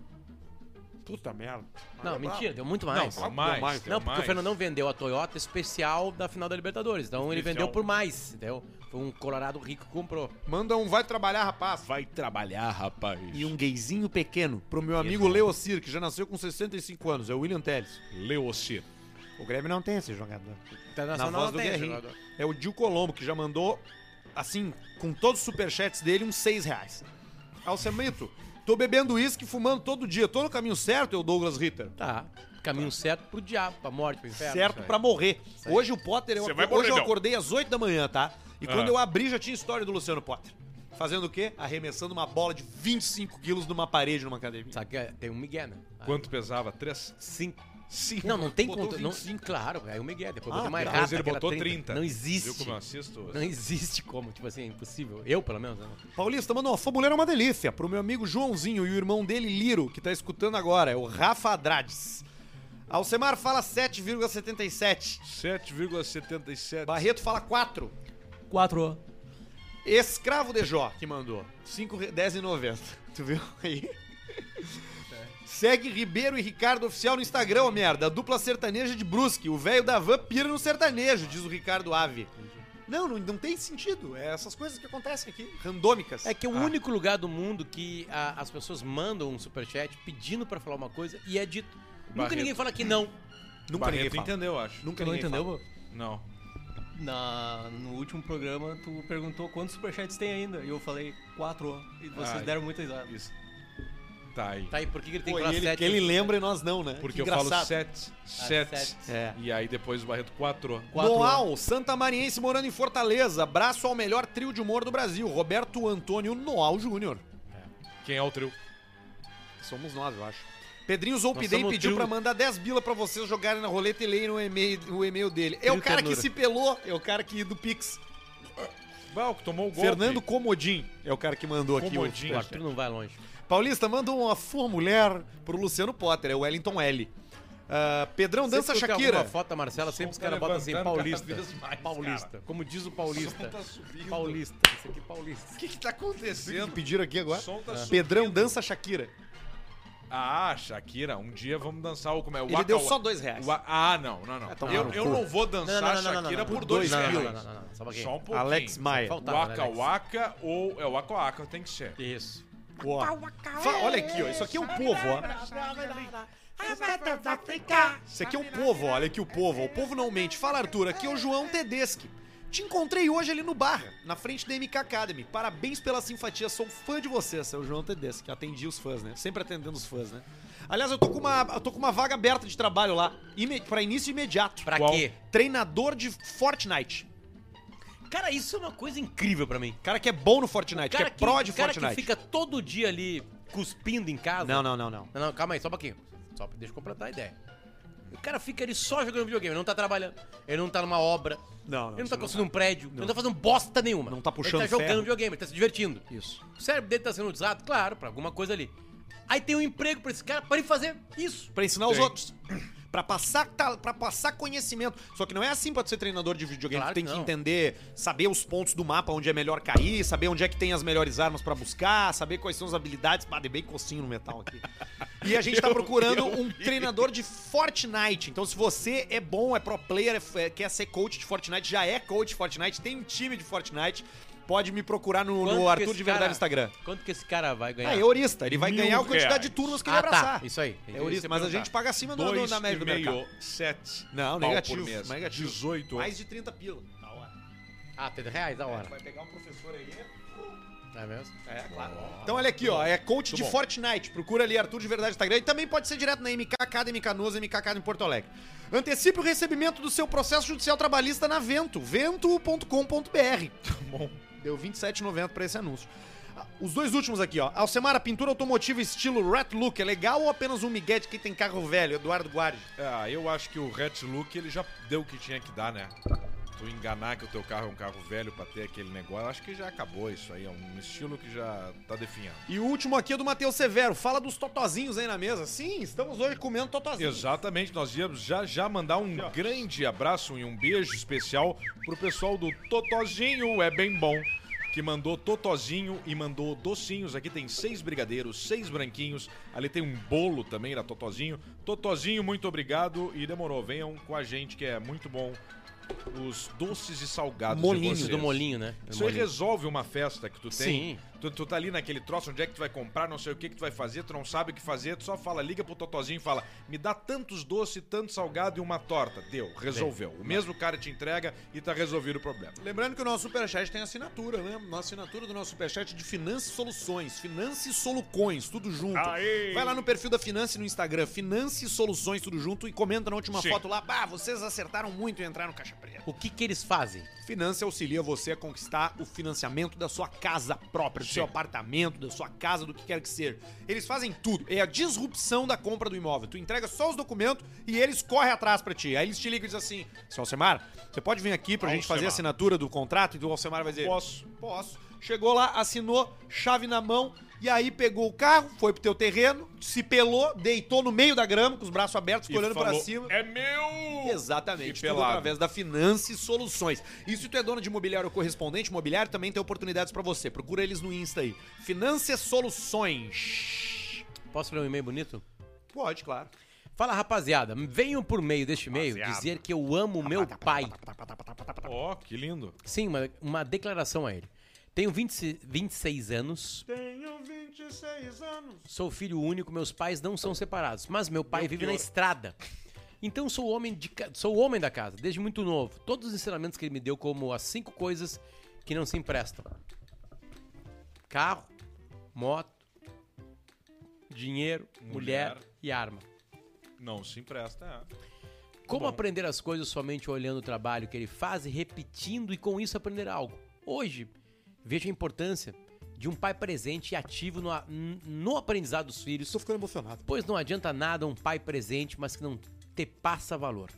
Speaker 6: Puta merda.
Speaker 3: Não, mentira, deu muito
Speaker 2: Não,
Speaker 3: mais.
Speaker 2: deu
Speaker 3: Não,
Speaker 2: mais.
Speaker 6: mais,
Speaker 2: deu
Speaker 3: porque o
Speaker 2: mais.
Speaker 3: Fernandão vendeu a Toyota especial da final da Libertadores. Então ele
Speaker 2: Especial.
Speaker 3: vendeu por mais, entendeu? Foi um colorado rico que comprou.
Speaker 1: Manda um vai trabalhar, rapaz.
Speaker 2: Vai trabalhar, rapaz.
Speaker 1: E um gayzinho pequeno pro meu amigo Leocir, que já nasceu com 65 anos. É o William Telles.
Speaker 2: Leocir.
Speaker 1: O Grêmio não tem esse jogador. Na
Speaker 3: Internacional
Speaker 1: voz
Speaker 3: não
Speaker 1: do
Speaker 3: Tá tem esse
Speaker 1: Guerrinho.
Speaker 3: jogador.
Speaker 1: É o Dil Colombo, que já mandou, assim, com todos os superchats dele, uns 6 reais. Alcemito, tô bebendo uísque e fumando todo dia. Tô no caminho certo, eu Douglas Ritter.
Speaker 3: Tá. Caminho certo pro diabo, pra morte, pro inferno.
Speaker 1: certo pra morrer. Hoje o Potter, eu,
Speaker 2: Você vai morrer,
Speaker 1: hoje eu
Speaker 2: não.
Speaker 1: acordei às 8 da manhã, tá? E
Speaker 2: Ah.
Speaker 1: quando eu abri, já tinha história do Luciano Potter. Fazendo o quê? Arremessando uma bola de 25 quilos numa parede numa academia.
Speaker 3: Sabe que é- tem um Miguel, né?
Speaker 2: Quanto pesava? Três?
Speaker 3: Cinco.
Speaker 2: Cinco.
Speaker 3: Não, não tem
Speaker 1: Botou
Speaker 3: conta. Não,
Speaker 1: 25.
Speaker 3: claro, é o Miguel. Depois
Speaker 1: Ah,
Speaker 3: botou mais
Speaker 1: tá.
Speaker 3: rápido.
Speaker 2: Mas ele botou 30.
Speaker 3: Não
Speaker 2: Viu
Speaker 3: existe.
Speaker 2: como é? eu assisto?
Speaker 3: Não existe como, tipo assim, é impossível. Eu, pelo menos, né? não.
Speaker 1: Paulista, mano, a sua mulher é uma delícia. Pro meu amigo Joãozinho e o irmão dele, Liro, que tá escutando agora, é o Rafa Andrades. Alcemar fala 7,77.
Speaker 2: 7,77.
Speaker 1: Barreto fala 4.
Speaker 4: Quatro.
Speaker 1: Escravo de Jó, que mandou. 5, re- 10,90. Tu viu aí? Segue Ribeiro e Ricardo Oficial no Instagram, ô merda. A dupla sertaneja de Brusque. O velho da van pira no sertanejo, diz o Ricardo Ave. Não, não, não tem sentido. É essas coisas que acontecem aqui, randômicas.
Speaker 3: É que é
Speaker 2: Ah.
Speaker 3: o único lugar do mundo que a- as pessoas mandam um superchat pedindo pra falar uma coisa e é dito. Nunca
Speaker 2: Barreto.
Speaker 3: ninguém fala que não.
Speaker 1: Nunca
Speaker 2: Barreto
Speaker 1: ninguém fala.
Speaker 2: entendeu, acho.
Speaker 1: Nunca
Speaker 4: Tu não
Speaker 1: ninguém fala.
Speaker 4: entendeu, pô?
Speaker 2: Não.
Speaker 4: Na, no último programa, tu perguntou quantos superchats tem ainda. E eu falei quatro. E vocês
Speaker 2: Ai.
Speaker 4: deram muita risada.
Speaker 2: Ah, Isso. Tá aí.
Speaker 3: Tá aí, por que que ele tem
Speaker 1: Pô,
Speaker 3: que
Speaker 1: e
Speaker 3: falar
Speaker 1: ele,
Speaker 3: sete?
Speaker 1: que ele lembra e nós não, né?
Speaker 2: Porque
Speaker 1: Que
Speaker 2: eu falo
Speaker 1: engraçado.
Speaker 2: sete. Sete.
Speaker 3: sete.
Speaker 1: É.
Speaker 2: E aí depois o Barreto quatro.
Speaker 4: Quatro.
Speaker 1: Noal, Santa Mariense morando em Fortaleza. Abraço ao melhor trio de humor do Brasil, Roberto Antônio Noal Júnior.
Speaker 2: Quem é o trio?
Speaker 1: Somos nós, eu acho. Pedrinho
Speaker 3: Nós
Speaker 1: Zolpidem
Speaker 3: somos
Speaker 1: pediu
Speaker 3: trio.
Speaker 1: pra mandar 10 bila pra vocês jogarem na roleta e leem o e-mail, o e-mail dele. É o
Speaker 3: Trio
Speaker 1: cara que
Speaker 3: ternura.
Speaker 1: se pelou, é o cara que do Pix.
Speaker 2: Val, que tomou o gol.
Speaker 1: Fernando Comodin é o cara que mandou aqui. o-
Speaker 2: Comodin.
Speaker 3: O Arthur não vai longe.
Speaker 1: Paulista, manda uma sua mulher pro Luciano Potter, é o Wellington L. Ah, Pedrão dança
Speaker 3: Sempre que eu coloco
Speaker 1: Shakira.
Speaker 3: uma foto da Marcela, sempre os
Speaker 2: Som
Speaker 3: caras
Speaker 2: tá
Speaker 3: botam assim,
Speaker 2: levantando
Speaker 3: paulista.
Speaker 2: cada vez mais,
Speaker 3: paulista.
Speaker 2: cara. tá
Speaker 3: Como diz o paulista. paulista. Isso aqui é paulista.
Speaker 2: O que, que tá
Speaker 1: Que
Speaker 2: acontecendo?
Speaker 1: pediram aqui agora?
Speaker 2: Som tá subindo.
Speaker 1: Pedrão dança Shakira.
Speaker 2: Ah, Shakira, um dia vamos dançar o como é o
Speaker 1: Ele deu só dois reais.
Speaker 2: Wa- Ah, não, não, não.
Speaker 1: tomar
Speaker 2: eu
Speaker 1: no
Speaker 2: eu
Speaker 1: cu.
Speaker 2: não vou dançar Shakira por dois
Speaker 3: não,
Speaker 2: reais.
Speaker 3: não, não, não, não, Só um
Speaker 2: Só um
Speaker 3: pouquinho.
Speaker 2: pouquinho.
Speaker 1: Alex Maia.
Speaker 3: Faltava, né,
Speaker 2: Waka
Speaker 3: Alex.
Speaker 2: Waka ou... É, Waka Waka tem que ser.
Speaker 3: Isso.
Speaker 1: Ó. Fa- olha aqui, ó. Isso aqui é um povo, ó. Isso aqui é um povo, ó. olha aqui o povo. ó. O povo não mente. Fala, Arthur, aqui é o João Tedeschi. Te encontrei hoje ali no bar, na frente da MK Academy. Parabéns pela simpatia, sou fã de você, seu João Tedeschi. Atendi os fãs, né? Sempre atendendo os fãs, né? Aliás, eu tô com uma, eu tô com uma vaga aberta de trabalho lá, ime- pra início imediato.
Speaker 3: Pra
Speaker 2: Qual?
Speaker 3: quê?
Speaker 1: Treinador de Fortnite.
Speaker 3: Cara, isso é uma coisa incrível pra mim.
Speaker 1: Cara que é bom no Fortnite, que é pró de
Speaker 3: o cara
Speaker 1: Fortnite.
Speaker 3: que fica todo dia ali cuspindo em casa.
Speaker 1: Não, não, não, não.
Speaker 3: Não, não, calma aí, só um pouquinho. Só pra- deixa eu completar a ideia. O cara fica ali só jogando videogame, ele não tá trabalhando, ele não tá numa obra,
Speaker 1: Não,
Speaker 3: ele não tá construindo um prédio, ele não tá fazendo bosta nenhuma.
Speaker 1: Não tá puxando
Speaker 3: Ele tá jogando
Speaker 1: ferro.
Speaker 3: videogame, ele tá se divertindo. Isso. O cérebro dele tá sendo usado, claro, pra alguma coisa ali. Aí tem um emprego pra esse cara pra ele fazer isso.
Speaker 1: Pra ensinar os
Speaker 2: Tem.
Speaker 1: outros. Pra passar, ta- pra passar conhecimento. Só que não é assim pra tu ser treinador de videogame.
Speaker 3: Claro
Speaker 1: tu tem
Speaker 3: que
Speaker 1: que
Speaker 3: não.
Speaker 1: entender, saber os pontos do mapa, onde é melhor cair, saber onde é que tem as melhores armas pra buscar, saber quais são as habilidades. Ah, dei bem cocinho no metal aqui. E a gente tá procurando um treinador de Fortnite. Então, se você é bom, é pro player, é- é- quer ser coach de Fortnite, já é coach de Fortnite, tem um time de Fortnite, pode me procurar no,
Speaker 3: Quanto
Speaker 1: no
Speaker 3: que
Speaker 1: Arthur
Speaker 3: esse
Speaker 1: de Verdade
Speaker 3: cara-
Speaker 1: no Instagram.
Speaker 3: Quanto que esse cara vai ganhar?
Speaker 1: Ah, é orista. Ele vai
Speaker 2: Mil
Speaker 1: ganhar a quantidade
Speaker 2: reais.
Speaker 1: de turnos que ele
Speaker 3: Ah,
Speaker 1: abraçar.
Speaker 3: tá, isso aí.
Speaker 1: É orista, mas a gente paga acima do, do,
Speaker 2: Dois
Speaker 1: da média
Speaker 2: e
Speaker 1: do mercado.
Speaker 2: meio, sete.
Speaker 1: Não,
Speaker 2: pau
Speaker 1: negativo,
Speaker 2: Por mês.
Speaker 1: negativo.
Speaker 2: 18.
Speaker 1: Mais de 30 pila. Da hora.
Speaker 3: Ah, 30 reais da hora.
Speaker 1: Vai pegar um professor aí.
Speaker 3: É mesmo?
Speaker 1: É, claro. Então olha aqui, ó. É coach de
Speaker 2: bom.
Speaker 1: Fortnite. Procura ali Arthur de Verdade no Instagram. E também pode ser direto na MK Academy Canoas, MK Academy Porto Alegre. Antecipe o recebimento do seu processo judicial trabalhista na Vento. Vento.com.br.
Speaker 2: bom.
Speaker 1: Deu 27,90 pra esse anúncio. Ah, Os dois últimos aqui, ó. Alcemara, pintura automotiva estilo Rat Look. É legal ou apenas um migué de quem tem carro velho? Eduardo Guardi.
Speaker 2: Ah, eu acho que o Red Look ele já deu o que tinha que dar, né? Tu enganar que o teu carro é um carro velho pra ter aquele negócio, acho que já acabou isso aí. É um estilo que já tá definhando.
Speaker 1: E o último aqui é do Matheus Severo. Fala dos totozinhos aí na mesa. Sim, estamos hoje comendo totozinhos.
Speaker 2: Exatamente, nós íamos já já mandar um grande abraço e um beijo especial pro pessoal do Totozinho, é bem bom. que mandou Totozinho e mandou docinhos. Aqui tem seis brigadeiros, seis branquinhos. Ali tem um bolo também da Totozinho. Totozinho, muito obrigado e demorou. Venham com a gente que é muito bom os doces e salgados Tá de
Speaker 3: Molinho,
Speaker 2: vocês.
Speaker 3: do molinho, né? Do
Speaker 2: Isso aí
Speaker 3: molinho.
Speaker 2: resolve uma festa que tu tem.
Speaker 3: Sim.
Speaker 2: Tu, tu tá ali naquele troço, onde é que tu vai comprar, não sei o que que tu vai fazer, tu não sabe o que fazer, tu só fala, liga pro Totozinho e fala, me dá tantos doces, tanto salgado e uma torta. Deu, resolveu. O mesmo cara te entrega e tá resolvido o problema.
Speaker 1: Lembrando que o nosso Superchat tem assinatura, né? Nossa assinatura do nosso Superchat é de Finance Soluções, Finance Solucões, tudo junto. Vai lá no perfil da Finance no Instagram, Finance Soluções, tudo junto, e comenta na última
Speaker 2: Sim.
Speaker 1: foto lá, bah, vocês acertaram muito em entrar no Caixa Preta.
Speaker 3: O que que eles fazem?
Speaker 1: Finance auxilia você a conquistar o financiamento da sua casa própria, do seu apartamento, da sua casa, do que quer que seja. Eles fazem tudo. É a disrupção da compra do imóvel. Tu entrega só os documentos e eles correm atrás pra ti. Aí eles te ligam e dizem assim: Seu Alcemar, você pode vir aqui pra gente fazer a
Speaker 2: Alcemar.
Speaker 1: assinatura do contrato? E o Alcemar vai dizer: Posso. Posso. Chegou lá, assinou, chave na mão. E aí pegou o carro, foi pro teu terreno, se pelou, deitou no meio da grama com os braços abertos, ficou olhando pra
Speaker 2: falou,
Speaker 1: cima.
Speaker 2: É meu!
Speaker 1: Exatamente,
Speaker 2: E
Speaker 1: tudo
Speaker 2: pelado.
Speaker 1: através da Finance Soluções. E se tu é dono de imobiliário ou correspondente imobiliário, também tem oportunidades pra você. Procura eles no Insta aí. Finance Soluções.
Speaker 3: Posso ler um e-mail bonito?
Speaker 1: Pode, claro.
Speaker 3: Fala, rapaziada. Venham por meio deste e-mail dizer que eu amo meu pai.
Speaker 2: Ó, que lindo.
Speaker 3: Sim, uma, uma declaração a ele. Tenho 20, 26 anos. Tenho 26 anos. Sou filho único, meus pais não são separados, mas meu pai vive na estrada. Então sou homem de ca- sou homem da casa desde muito novo. Todos os ensinamentos que ele me deu como as cinco coisas que não se emprestam. Carro, moto, dinheiro, mulher,
Speaker 2: Mulher.
Speaker 3: e arma.
Speaker 2: Não se empresta, é.
Speaker 3: Como aprender as coisas somente olhando o trabalho que ele faz e repetindo e com isso aprender algo? Hoje, vejo a importância de um pai presente e ativo no, a- no aprendizado dos filhos,
Speaker 1: ficando emocionado.
Speaker 3: pois não adianta nada um pai presente, mas que não te passa valor.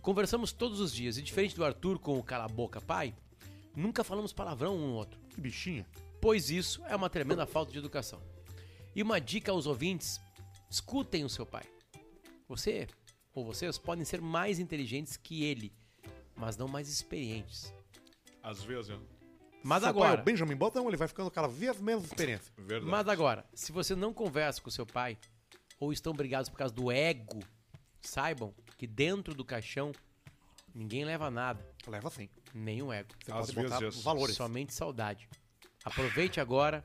Speaker 3: Conversamos todos os dias e, diferente do Arthur com o Cala a Boca Pai, nunca falamos palavrão um no outro
Speaker 1: Que bichinha.
Speaker 3: pois isso é uma tremenda falta de educação. E uma dica aos ouvintes: escutem o seu pai. Você ou vocês podem ser mais inteligentes que ele, mas não mais experientes.
Speaker 2: Às vezes, né?
Speaker 3: Mas agora,
Speaker 1: Benjamin Button, ele vai ficando cada vez menos experiência.
Speaker 2: Verdade.
Speaker 3: mas agora, se você não conversa com seu pai ou estão brigados por causa do ego, saibam que dentro do caixão ninguém leva nada,
Speaker 1: Leva assim.
Speaker 3: nem o ego.
Speaker 2: Às vezes.
Speaker 1: valores.
Speaker 3: Somente saudade. Aproveite agora,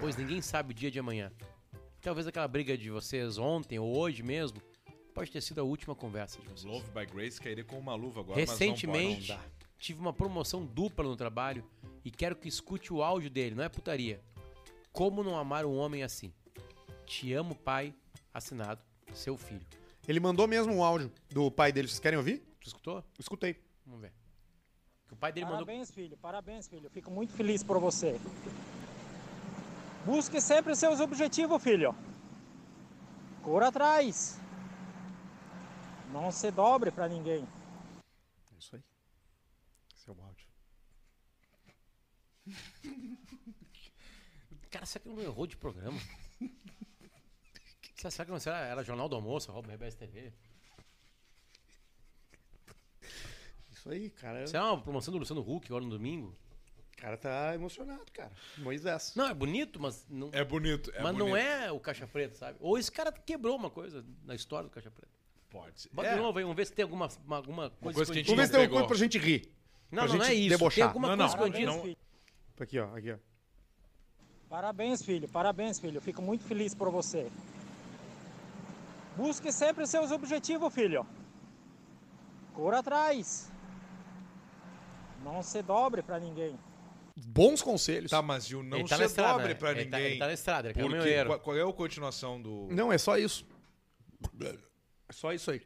Speaker 3: pois ninguém sabe o dia de amanhã. Talvez aquela briga de vocês ontem ou hoje mesmo pode ter sido a última conversa de vocês.
Speaker 2: Love by Grace cairia com uma luva agora, um
Speaker 3: Recentemente,
Speaker 2: mas não pode.
Speaker 3: tive uma promoção dupla no trabalho e quero que escute o áudio dele, não é putaria. Como não amar um homem assim? Te amo, pai, assinado, seu filho.
Speaker 1: Ele mandou mesmo um áudio do pai dele. Vocês querem ouvir?
Speaker 3: Tu escutou?
Speaker 1: Escutei.
Speaker 3: Vamos ver. Que O pai dele mandou.
Speaker 6: Parabéns, filho. Parabéns, filho. Fico muito feliz por você. Busque sempre seus objetivos, filho. Corra atrás. Não se dobre para ninguém.
Speaker 1: Isso aí. Esse é o áudio.
Speaker 3: Cara, será que ele não errou de programa? será, será que não será? Era Jornal do Almoço, Rob RBS TV?
Speaker 1: Isso aí, cara.
Speaker 3: Será é uma promoção do Luciano Huck agora no domingo?
Speaker 1: O cara tá emocionado, cara. Moisés.
Speaker 3: Não, é bonito, mas não,
Speaker 2: É bonito, é
Speaker 3: mas
Speaker 2: bonito.
Speaker 3: não é o Caixa Preta, sabe? Ou esse cara quebrou uma coisa na história do Caixa Preta.
Speaker 2: Pode ser.
Speaker 3: Bota de novo aí, vamos ver se tem alguma, uma- alguma coisa,
Speaker 2: É. coisa que a gente
Speaker 1: Vamos ver se tem
Speaker 2: Pegou.
Speaker 1: alguma coisa pra gente rir.
Speaker 3: Não,
Speaker 1: pra
Speaker 3: não, não
Speaker 1: gente
Speaker 3: é isso. Tem
Speaker 1: debochar.
Speaker 3: alguma
Speaker 2: Não,
Speaker 3: coisa
Speaker 2: não,
Speaker 3: escondida.
Speaker 6: Parabéns,
Speaker 2: não-
Speaker 6: filho.
Speaker 1: Tá Aqui, ó. Aqui, ó.
Speaker 6: Parabéns, filho. Parabéns, filho. Fico muito feliz por você. Busque sempre seus objetivos, filho. Corra atrás. Não se dobre para ninguém.
Speaker 1: Bons conselhos.
Speaker 2: Tá, mas e o não
Speaker 3: ele tá na
Speaker 2: se
Speaker 3: estrada,
Speaker 2: dobre
Speaker 3: né?
Speaker 2: pra
Speaker 3: ele
Speaker 2: ninguém.
Speaker 3: Tá, ele tá na estrada, ele é
Speaker 2: Porque,
Speaker 3: caminhoneiro.
Speaker 2: qual, qual é a continuação do...
Speaker 1: Não, é só isso. É só isso aí.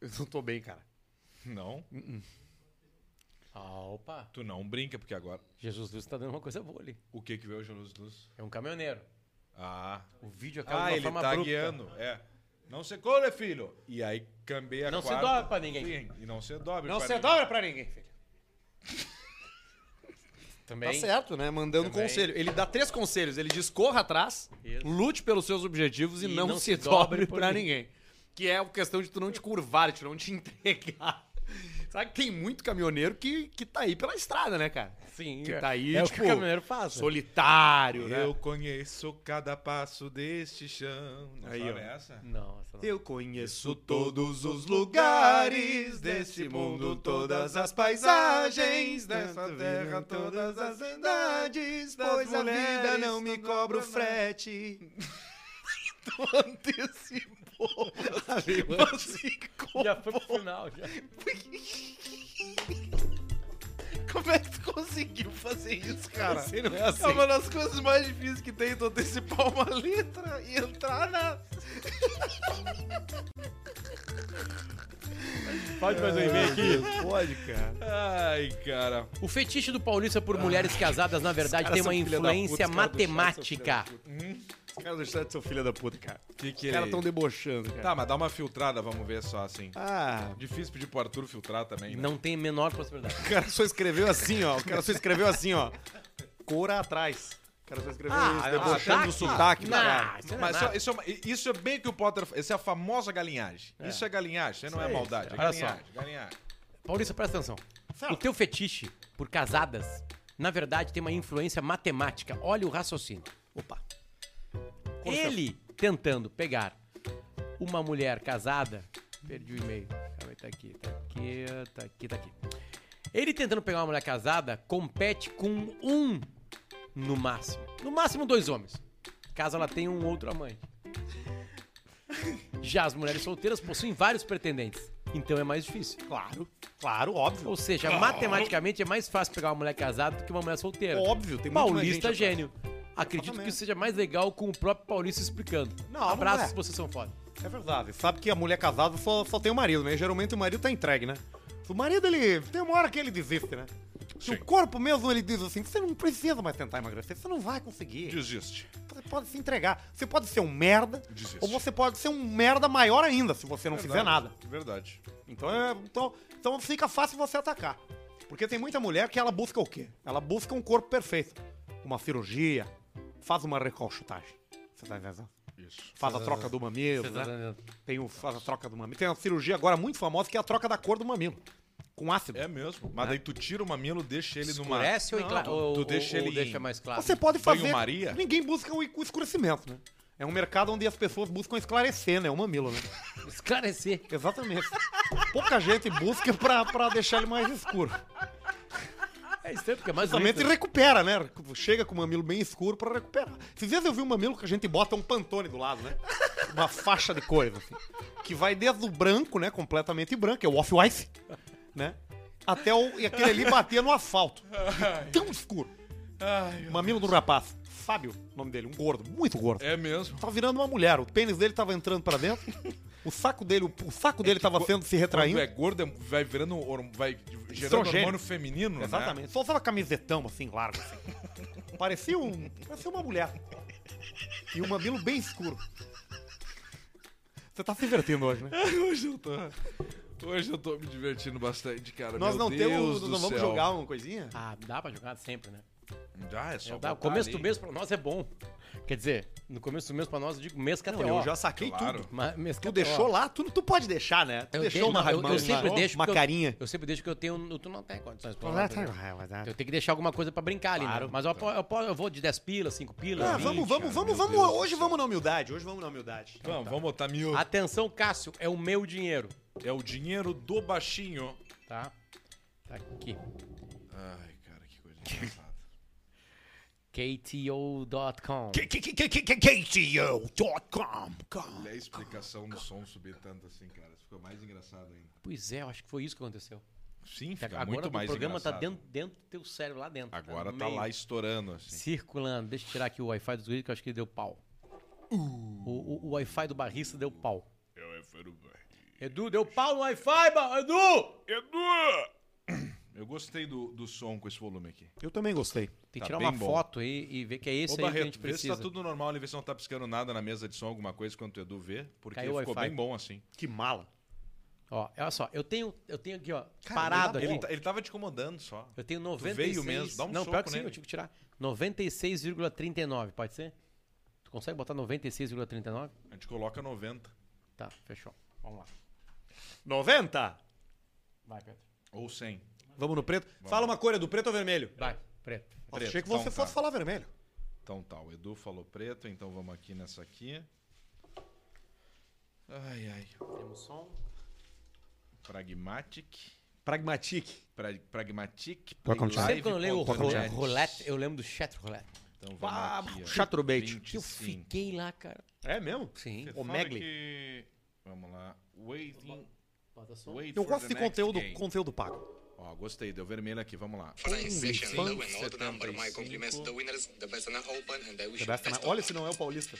Speaker 1: Eu não tô bem, cara.
Speaker 2: Não,
Speaker 3: Ah, opa,
Speaker 2: tu não brinca, porque agora...
Speaker 3: Jesus Luz tá dando uma coisa boa ali.
Speaker 2: O que que veio o Jesus Luz?
Speaker 3: É um caminhoneiro.
Speaker 2: Ah,
Speaker 3: O vídeo acaba
Speaker 2: ah
Speaker 3: de uma
Speaker 2: ele tá
Speaker 3: forma abrupta.
Speaker 2: guiando, é. Não se colhe, filho. E aí cambeia
Speaker 3: Não
Speaker 2: a
Speaker 3: se
Speaker 2: quarta.
Speaker 3: dobra pra ninguém.
Speaker 2: Sim, e não se dobre
Speaker 1: Não
Speaker 2: pra
Speaker 1: se
Speaker 2: ninguém.
Speaker 1: dobra pra ninguém, filho.
Speaker 3: Também.
Speaker 1: Tá certo, né? Mandando
Speaker 3: Também.
Speaker 1: conselho. Ele dá três conselhos. Ele diz: corra atrás,
Speaker 3: Isso.
Speaker 1: lute pelos seus objetivos e, não, se dobre, pra ninguém. Que é a questão de tu não te curvar, de tu não te entregar.
Speaker 7: Sabe que tem muito caminhoneiro que, que tá aí pela estrada, né, cara?
Speaker 3: Sim,
Speaker 7: Que tá aí,
Speaker 3: é o que
Speaker 7: tipo,
Speaker 3: o caminhoneiro faz. né?
Speaker 7: Solitário, né?
Speaker 2: Eu conheço cada passo deste chão. Não
Speaker 7: Aí,
Speaker 2: sabe
Speaker 7: ó.
Speaker 2: essa?
Speaker 3: Não, essa não.
Speaker 7: Eu conheço todos os lugares desse mundo, todas as paisagens dessa terra, todas as cidades, pois a vida não me cobra o frete. Tu antecipou. Antecipou.
Speaker 3: Já foi pro final, já.
Speaker 7: Como é que tu conseguiu fazer isso, cara?
Speaker 3: não é assim.
Speaker 7: É uma das coisas mais difíceis que tem, tu antecipar uma letra e entrar na...
Speaker 3: Pode fazer um e-mail aqui.
Speaker 7: Pode, cara.
Speaker 2: Ai, cara.
Speaker 3: O fetiche do paulista por mulheres casadas, na verdade,
Speaker 7: caras
Speaker 3: tem uma
Speaker 7: são filha da puta,
Speaker 3: influência
Speaker 7: os caras do chat são
Speaker 3: matemática.
Speaker 7: Os caras do chat são filha da puta, cara.
Speaker 2: O que que
Speaker 7: Os
Speaker 2: ele...
Speaker 7: caras tão debochando, cara.
Speaker 2: Tá, mas dá uma filtrada, vamos ver só, assim.
Speaker 7: Ah,
Speaker 2: Difícil pedir pro Arthur filtrar também, né?
Speaker 3: Não tem a menor possibilidade.
Speaker 7: o cara só escreveu assim, ó. O cara só escreveu assim, ó. Cora atrás. O cara só escreveu isso, debochando do Tá sotaque, do cara.
Speaker 3: Ah, tá. Não, isso não é
Speaker 2: Mas só-
Speaker 3: nada.
Speaker 2: isso, é uma- isso é bem que o Potter. Essa é a famosa galinhagem. Isso é galinhagem, isso aí não é
Speaker 3: aí,
Speaker 2: maldade. É
Speaker 3: olha só.
Speaker 2: galinhagem, galinhagem.
Speaker 3: Paulista, presta atenção. O teu fetiche por casadas, na verdade, tem uma influência matemática. Olha o raciocínio.
Speaker 7: Opa.
Speaker 3: Ele tentando pegar uma mulher casada. Perdi o e-mail. Calma aí, tá aqui, tá aqui, tá aqui, tá aqui. Ele tentando pegar uma mulher casada compete com um no máximo. No máximo dois homens. Caso ela tenha um outro amante. Já as mulheres solteiras possuem vários pretendentes. Então é mais difícil.
Speaker 7: Claro, claro, óbvio.
Speaker 3: Ou seja, matematicamente é mais fácil pegar uma mulher casada do que uma mulher solteira.
Speaker 7: Óbvio, tem muito mais gente
Speaker 3: Paulista é
Speaker 7: atrás.
Speaker 3: gênio. Acredito que
Speaker 7: Exatamente.
Speaker 3: isso seja mais legal com o próprio Paulista explicando.
Speaker 7: Não,
Speaker 3: Abraços,
Speaker 7: não é.
Speaker 3: vocês são foda.
Speaker 7: É verdade. Sabe que a mulher casada só, só tem o marido, né? Geralmente o marido tá entregue, né? O marido, ele. Tem uma hora que ele desiste, né? Se O corpo mesmo, ele diz assim: você não precisa mais tentar emagrecer, você não vai conseguir.
Speaker 2: Desiste.
Speaker 7: Você pode se entregar. Você pode ser um merda,
Speaker 2: Desiste.
Speaker 7: ou você pode ser um merda maior ainda, se você não fizer nada.
Speaker 2: Verdade.
Speaker 7: Então, é- então, então fica fácil você atacar. Porque tem muita mulher que ela busca o quê? Ela busca um corpo perfeito. Uma cirurgia, faz uma recolchutagem. Você tá entendendo?
Speaker 2: Isso.
Speaker 7: Faz a troca do mamilo,
Speaker 3: Vocês
Speaker 7: né?
Speaker 3: entendendo?
Speaker 7: Tem o, faz a troca do mamilo. Tem uma cirurgia agora muito famosa que é a troca da cor do mamilo. Com ácido.
Speaker 2: É mesmo. Mas daí tu tira o mamilo, deixa ele numa.
Speaker 3: Né? Escurece ou,
Speaker 2: Não,
Speaker 3: encla-
Speaker 2: tu-
Speaker 3: ou,
Speaker 2: tu
Speaker 3: ou-
Speaker 2: deixa
Speaker 3: ou
Speaker 2: ele.
Speaker 3: deixa
Speaker 2: em-
Speaker 3: mais claro?
Speaker 7: Você pode fazer.
Speaker 2: Banho-maria?
Speaker 7: Ninguém busca o o escurecimento, né? É um mercado onde as pessoas buscam esclarecer, né? O mamilo, né?
Speaker 3: Esclarecer.
Speaker 7: Exatamente. Pouca gente busca pra, pra deixar ele mais escuro.
Speaker 3: É estranho, porque é mais
Speaker 7: Justamente
Speaker 3: bonito.
Speaker 7: recupera, né? Chega com o mamilo bem escuro pra recuperar. Esses dias eu vi um mamilo que a gente bota um pantone do lado, né? Uma faixa de cores, assim. Que vai desde o branco, né? Completamente branco, é o off-white, né? Até o. E aquele ali bater no asfalto. Tão escuro. mamilo do rapaz. Fábio, o nome dele, um gordo, muito gordo.
Speaker 2: É mesmo.
Speaker 7: Tava virando uma mulher. O pênis dele tava entrando pra dentro. O saco dele, o, o saco dele tava sendo se retraindo.
Speaker 2: Quando é gordo, é- vai virando. um horm- Vai gerando
Speaker 7: Estrogênio.
Speaker 2: hormônio feminino, né?
Speaker 7: Exatamente. Só usava camisetão, assim, largo. assim. Parecia um... Parecia uma mulher. E um mamilo bem escuro. Você tá se divertindo hoje, né?
Speaker 2: Hoje eu tô. Hoje eu tô me divertindo bastante, cara.
Speaker 7: Nós
Speaker 2: Meu
Speaker 7: não
Speaker 2: Deus
Speaker 7: temos...
Speaker 2: do
Speaker 7: Nós não vamos
Speaker 2: céu.
Speaker 7: jogar uma coisinha?
Speaker 3: Ah, dá pra jogar sempre, né?
Speaker 2: Já, é só.
Speaker 3: É, dá. O
Speaker 2: botar
Speaker 3: começo
Speaker 2: ali.
Speaker 3: do mês pra nós é bom. Quer dizer, no começo do mês pra nós eu digo mês KTO.
Speaker 7: Não, eu já saquei
Speaker 2: Claro.
Speaker 7: tudo.
Speaker 3: Mas mês
Speaker 7: Tu
Speaker 3: KTO.
Speaker 7: deixou lá, tu, tu pode deixar, né? Tu
Speaker 3: Eu
Speaker 7: deixou
Speaker 3: deixo,
Speaker 7: uma,
Speaker 3: eu- eu
Speaker 7: uma,
Speaker 3: sempre
Speaker 7: uma,
Speaker 3: deixo
Speaker 7: uma
Speaker 3: que eu-
Speaker 7: carinha.
Speaker 3: Eu sempre deixo que eu tenho. Tu não tem condições pra lá, entendeu? Eu tenho que deixar alguma coisa pra brincar ali,
Speaker 7: Claro.
Speaker 3: né? Mas eu, apo- eu, apo- eu vou de 10 pilas, 5 pilas.
Speaker 7: Ah,
Speaker 3: 20.
Speaker 7: vamos, vamos, vamos,
Speaker 2: meu
Speaker 7: vamos.
Speaker 2: Deus do
Speaker 7: Hoje
Speaker 2: céu.
Speaker 7: vamos na humildade. Hoje vamos na humildade.
Speaker 2: Vamos, vamos botar mil.
Speaker 3: Atenção, Cássio, é o meu dinheiro.
Speaker 2: É o dinheiro do baixinho.
Speaker 3: Tá? Tá aqui.
Speaker 2: Ai, cara, que coisa engraçada.
Speaker 3: KTO.com.
Speaker 7: KTO.com.
Speaker 2: Olha a explicação do som subir tanto assim, cara. Ficou mais engraçado ainda.
Speaker 3: Pois é, eu acho que foi isso que aconteceu.
Speaker 2: Sim,
Speaker 3: Que
Speaker 2: fica
Speaker 3: agora
Speaker 2: muito mais
Speaker 3: o programa
Speaker 2: engraçado.
Speaker 3: tá dentro, dentro do teu cérebro, lá dentro.
Speaker 2: Agora
Speaker 3: no
Speaker 2: tá
Speaker 3: meio,
Speaker 2: lá estourando, assim.
Speaker 3: Circulando. Deixa eu tirar aqui o Wi-Fi dos guris, que eu acho que ele deu pau. O, o- o Wi-Fi do barrista deu pau.
Speaker 2: É
Speaker 3: Edu, deu pau no Wi-Fi, ba- Edu!
Speaker 2: Eu gostei do, do som com esse volume aqui.
Speaker 7: Eu também gostei.
Speaker 3: Tem
Speaker 2: Tá
Speaker 3: que tirar
Speaker 2: bem
Speaker 3: uma
Speaker 2: bom.
Speaker 3: foto aí e ver que é esse
Speaker 2: Ô,
Speaker 3: aí que a gente
Speaker 2: Barreto, vê se
Speaker 3: precisa.
Speaker 2: tá tudo normal ali, vê se não tá piscando nada na mesa de som, alguma coisa, quando o Edu vê. Porque
Speaker 3: Caiu o
Speaker 2: ficou
Speaker 3: Wi-Fi.
Speaker 2: bem bom, assim.
Speaker 7: Que mala.
Speaker 3: Ó, olha só, eu tenho, eu tenho aqui, ó, parado
Speaker 2: ele,
Speaker 3: aqui.
Speaker 2: tá- ele tava te incomodando só.
Speaker 3: Eu tenho
Speaker 2: veio
Speaker 3: 96.
Speaker 2: mesmo, dá um
Speaker 3: Não,
Speaker 2: soco
Speaker 3: pior que sim,
Speaker 2: nele.
Speaker 3: eu tive que tirar. 96,39, pode ser? Tu consegue botar 96,39?
Speaker 2: A gente coloca 90.
Speaker 3: Tá, fechou. Vamos lá.
Speaker 7: 90.
Speaker 3: Vai, Pedro.
Speaker 2: Ou 100.
Speaker 7: Vamos no preto? Fala uma cor, Edu, preto ou vermelho?
Speaker 3: Vai, preto.
Speaker 7: Nossa,
Speaker 2: Preto,
Speaker 7: achei que você
Speaker 2: então tá.
Speaker 7: fosse falar vermelho.
Speaker 2: Então tá, o Edu falou preto, então vamos aqui nessa aqui. Ai, ai.
Speaker 3: Temos som.
Speaker 2: Pragmatic.
Speaker 7: Pragmatic.
Speaker 2: Pra, pragmatic.
Speaker 8: Vai
Speaker 2: Play
Speaker 8: continuar.
Speaker 3: Sempre quando eu leio o ro-
Speaker 2: Live.net.
Speaker 3: roulette, eu lembro do chat roulette.
Speaker 2: Então vamos
Speaker 7: Ah,
Speaker 2: aqui, ó.
Speaker 7: chatrobait.
Speaker 2: 25.
Speaker 3: Que eu fiquei lá, cara.
Speaker 7: É mesmo?
Speaker 3: Sim.
Speaker 2: Você
Speaker 7: O
Speaker 2: fala
Speaker 7: Megli.
Speaker 2: que- Vamos lá. Waiting.
Speaker 3: Bota som.
Speaker 2: Wait
Speaker 7: Eu
Speaker 2: for
Speaker 7: gosto
Speaker 2: the
Speaker 7: de
Speaker 2: next
Speaker 7: conteúdo,
Speaker 2: game.
Speaker 7: conteúdo pago.
Speaker 2: Ó, gostei, deu vermelho aqui, vamos lá.
Speaker 9: Pronunciation
Speaker 2: Funk
Speaker 9: low and odd number. My compliments to the
Speaker 2: 75.
Speaker 9: winners. The best and open and I wish you
Speaker 7: Sebastian,
Speaker 9: best
Speaker 7: olha se não é o paulista.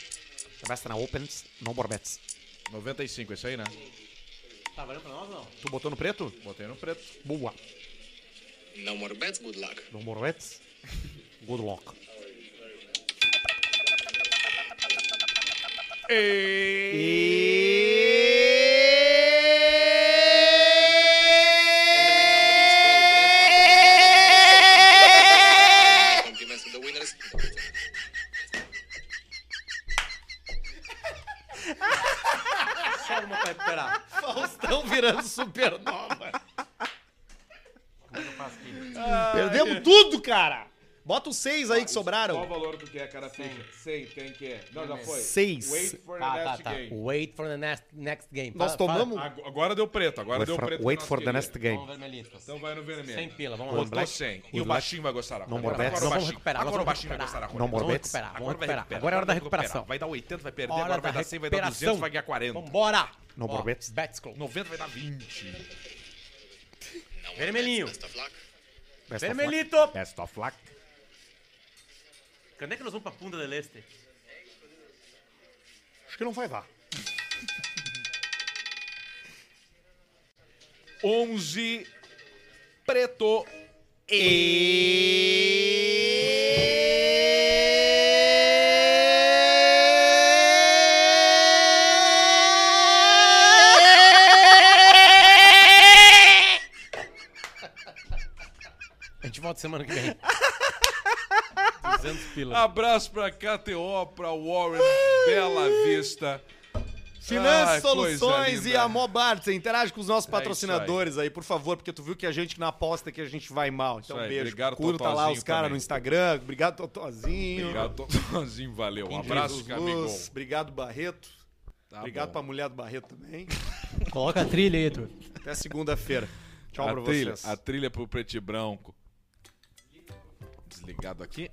Speaker 7: Sebastian Opens, no Borbets.
Speaker 2: 95, esse aí, né?
Speaker 3: Tá valendo pra nós ou não?
Speaker 7: Tu botou no preto?
Speaker 2: Botei no preto.
Speaker 7: Boa.
Speaker 9: No more bets, good luck.
Speaker 7: No Borbets. Good luck.
Speaker 9: And the win number is 12. My compliments to the winners.
Speaker 3: Só uma pra recuperar.
Speaker 7: Estão virando supernova. Perdemos tudo, cara. Bota os seis aí que
Speaker 2: Qual o
Speaker 7: sobraram.
Speaker 2: valor do que é, cara? Fica. Sei, quem que é. Não, já foi.
Speaker 7: Seis.
Speaker 2: Wait for the
Speaker 3: Tá,
Speaker 2: next
Speaker 3: tá, tá.
Speaker 2: game.
Speaker 3: Wait for the next, next game.
Speaker 7: Nós
Speaker 3: Fala- fala-
Speaker 7: tomamos. um
Speaker 2: Ag- Agora deu preto, agora deu preto. que nós queria.
Speaker 3: Vamos vermelhito.
Speaker 2: Então vai no vermelho.
Speaker 3: Sem pila, vamos lá.
Speaker 2: Botou 100. E o baixinho vai gostar. agora.
Speaker 7: Não
Speaker 2: Agora o
Speaker 7: morbete. Não
Speaker 3: vamos
Speaker 2: baixinho-
Speaker 3: recuperar, nós
Speaker 2: Agora o
Speaker 3: vamos
Speaker 2: baixinho vai
Speaker 3: recuperar.
Speaker 2: gostar. agora.
Speaker 7: Não
Speaker 3: Vamos
Speaker 7: Morbetes.
Speaker 3: recuperar, vamos
Speaker 2: Agora vai
Speaker 3: recuperar.
Speaker 2: recuperar,
Speaker 3: Agora é hora da
Speaker 2: vai recuperar.
Speaker 3: recuperação.
Speaker 2: Vai dar 80, vai perder,
Speaker 3: Hora
Speaker 2: agora vai
Speaker 3: da
Speaker 2: dar 100, vai dar 200, vai ganhar 40.
Speaker 3: Vambora!
Speaker 7: No
Speaker 3: Ó,
Speaker 7: Borbetes.
Speaker 3: Bets Club.
Speaker 2: 90 vai dar 20.
Speaker 9: No more
Speaker 3: Vermelhinho.
Speaker 9: bets, Best of luck.
Speaker 3: Vermelhito!
Speaker 2: Best of luck.
Speaker 3: Quando é que nós vamos pra Punta del Este?
Speaker 7: Acho que não vai dar.
Speaker 2: 11 preto.
Speaker 3: A gente volta semana que vem. 200 pila.
Speaker 2: Abraço pra KTO, pra Warren, Bela Vista.
Speaker 7: Finanças,
Speaker 2: Ai, coisa
Speaker 7: soluções e
Speaker 2: linda. É
Speaker 7: a Mobarts. Interage com os nossos
Speaker 2: isso aí.
Speaker 7: patrocinadores aí. por favor, porque tu viu que a gente na aposta que a gente vai mal. Então,
Speaker 2: Isso aí,
Speaker 7: beijo.
Speaker 2: obrigado,
Speaker 7: Curta lá os
Speaker 2: Totozinho
Speaker 7: caras
Speaker 2: também.
Speaker 7: no Instagram. Obrigado, Totozinho.
Speaker 2: Obrigado, Totozinho, valeu. Um abraço,
Speaker 7: Jesus
Speaker 2: Camigol.
Speaker 7: Luz. Obrigado, Barreto.
Speaker 2: Tá
Speaker 7: obrigado
Speaker 2: bom.
Speaker 7: pra mulher do Barreto também.
Speaker 10: Coloca a trilha aí, Edu.
Speaker 7: Até segunda-feira. Tchau
Speaker 2: a
Speaker 7: pra
Speaker 2: trilha,
Speaker 7: vocês.
Speaker 2: A trilha pro preto e branco. Desligado aqui.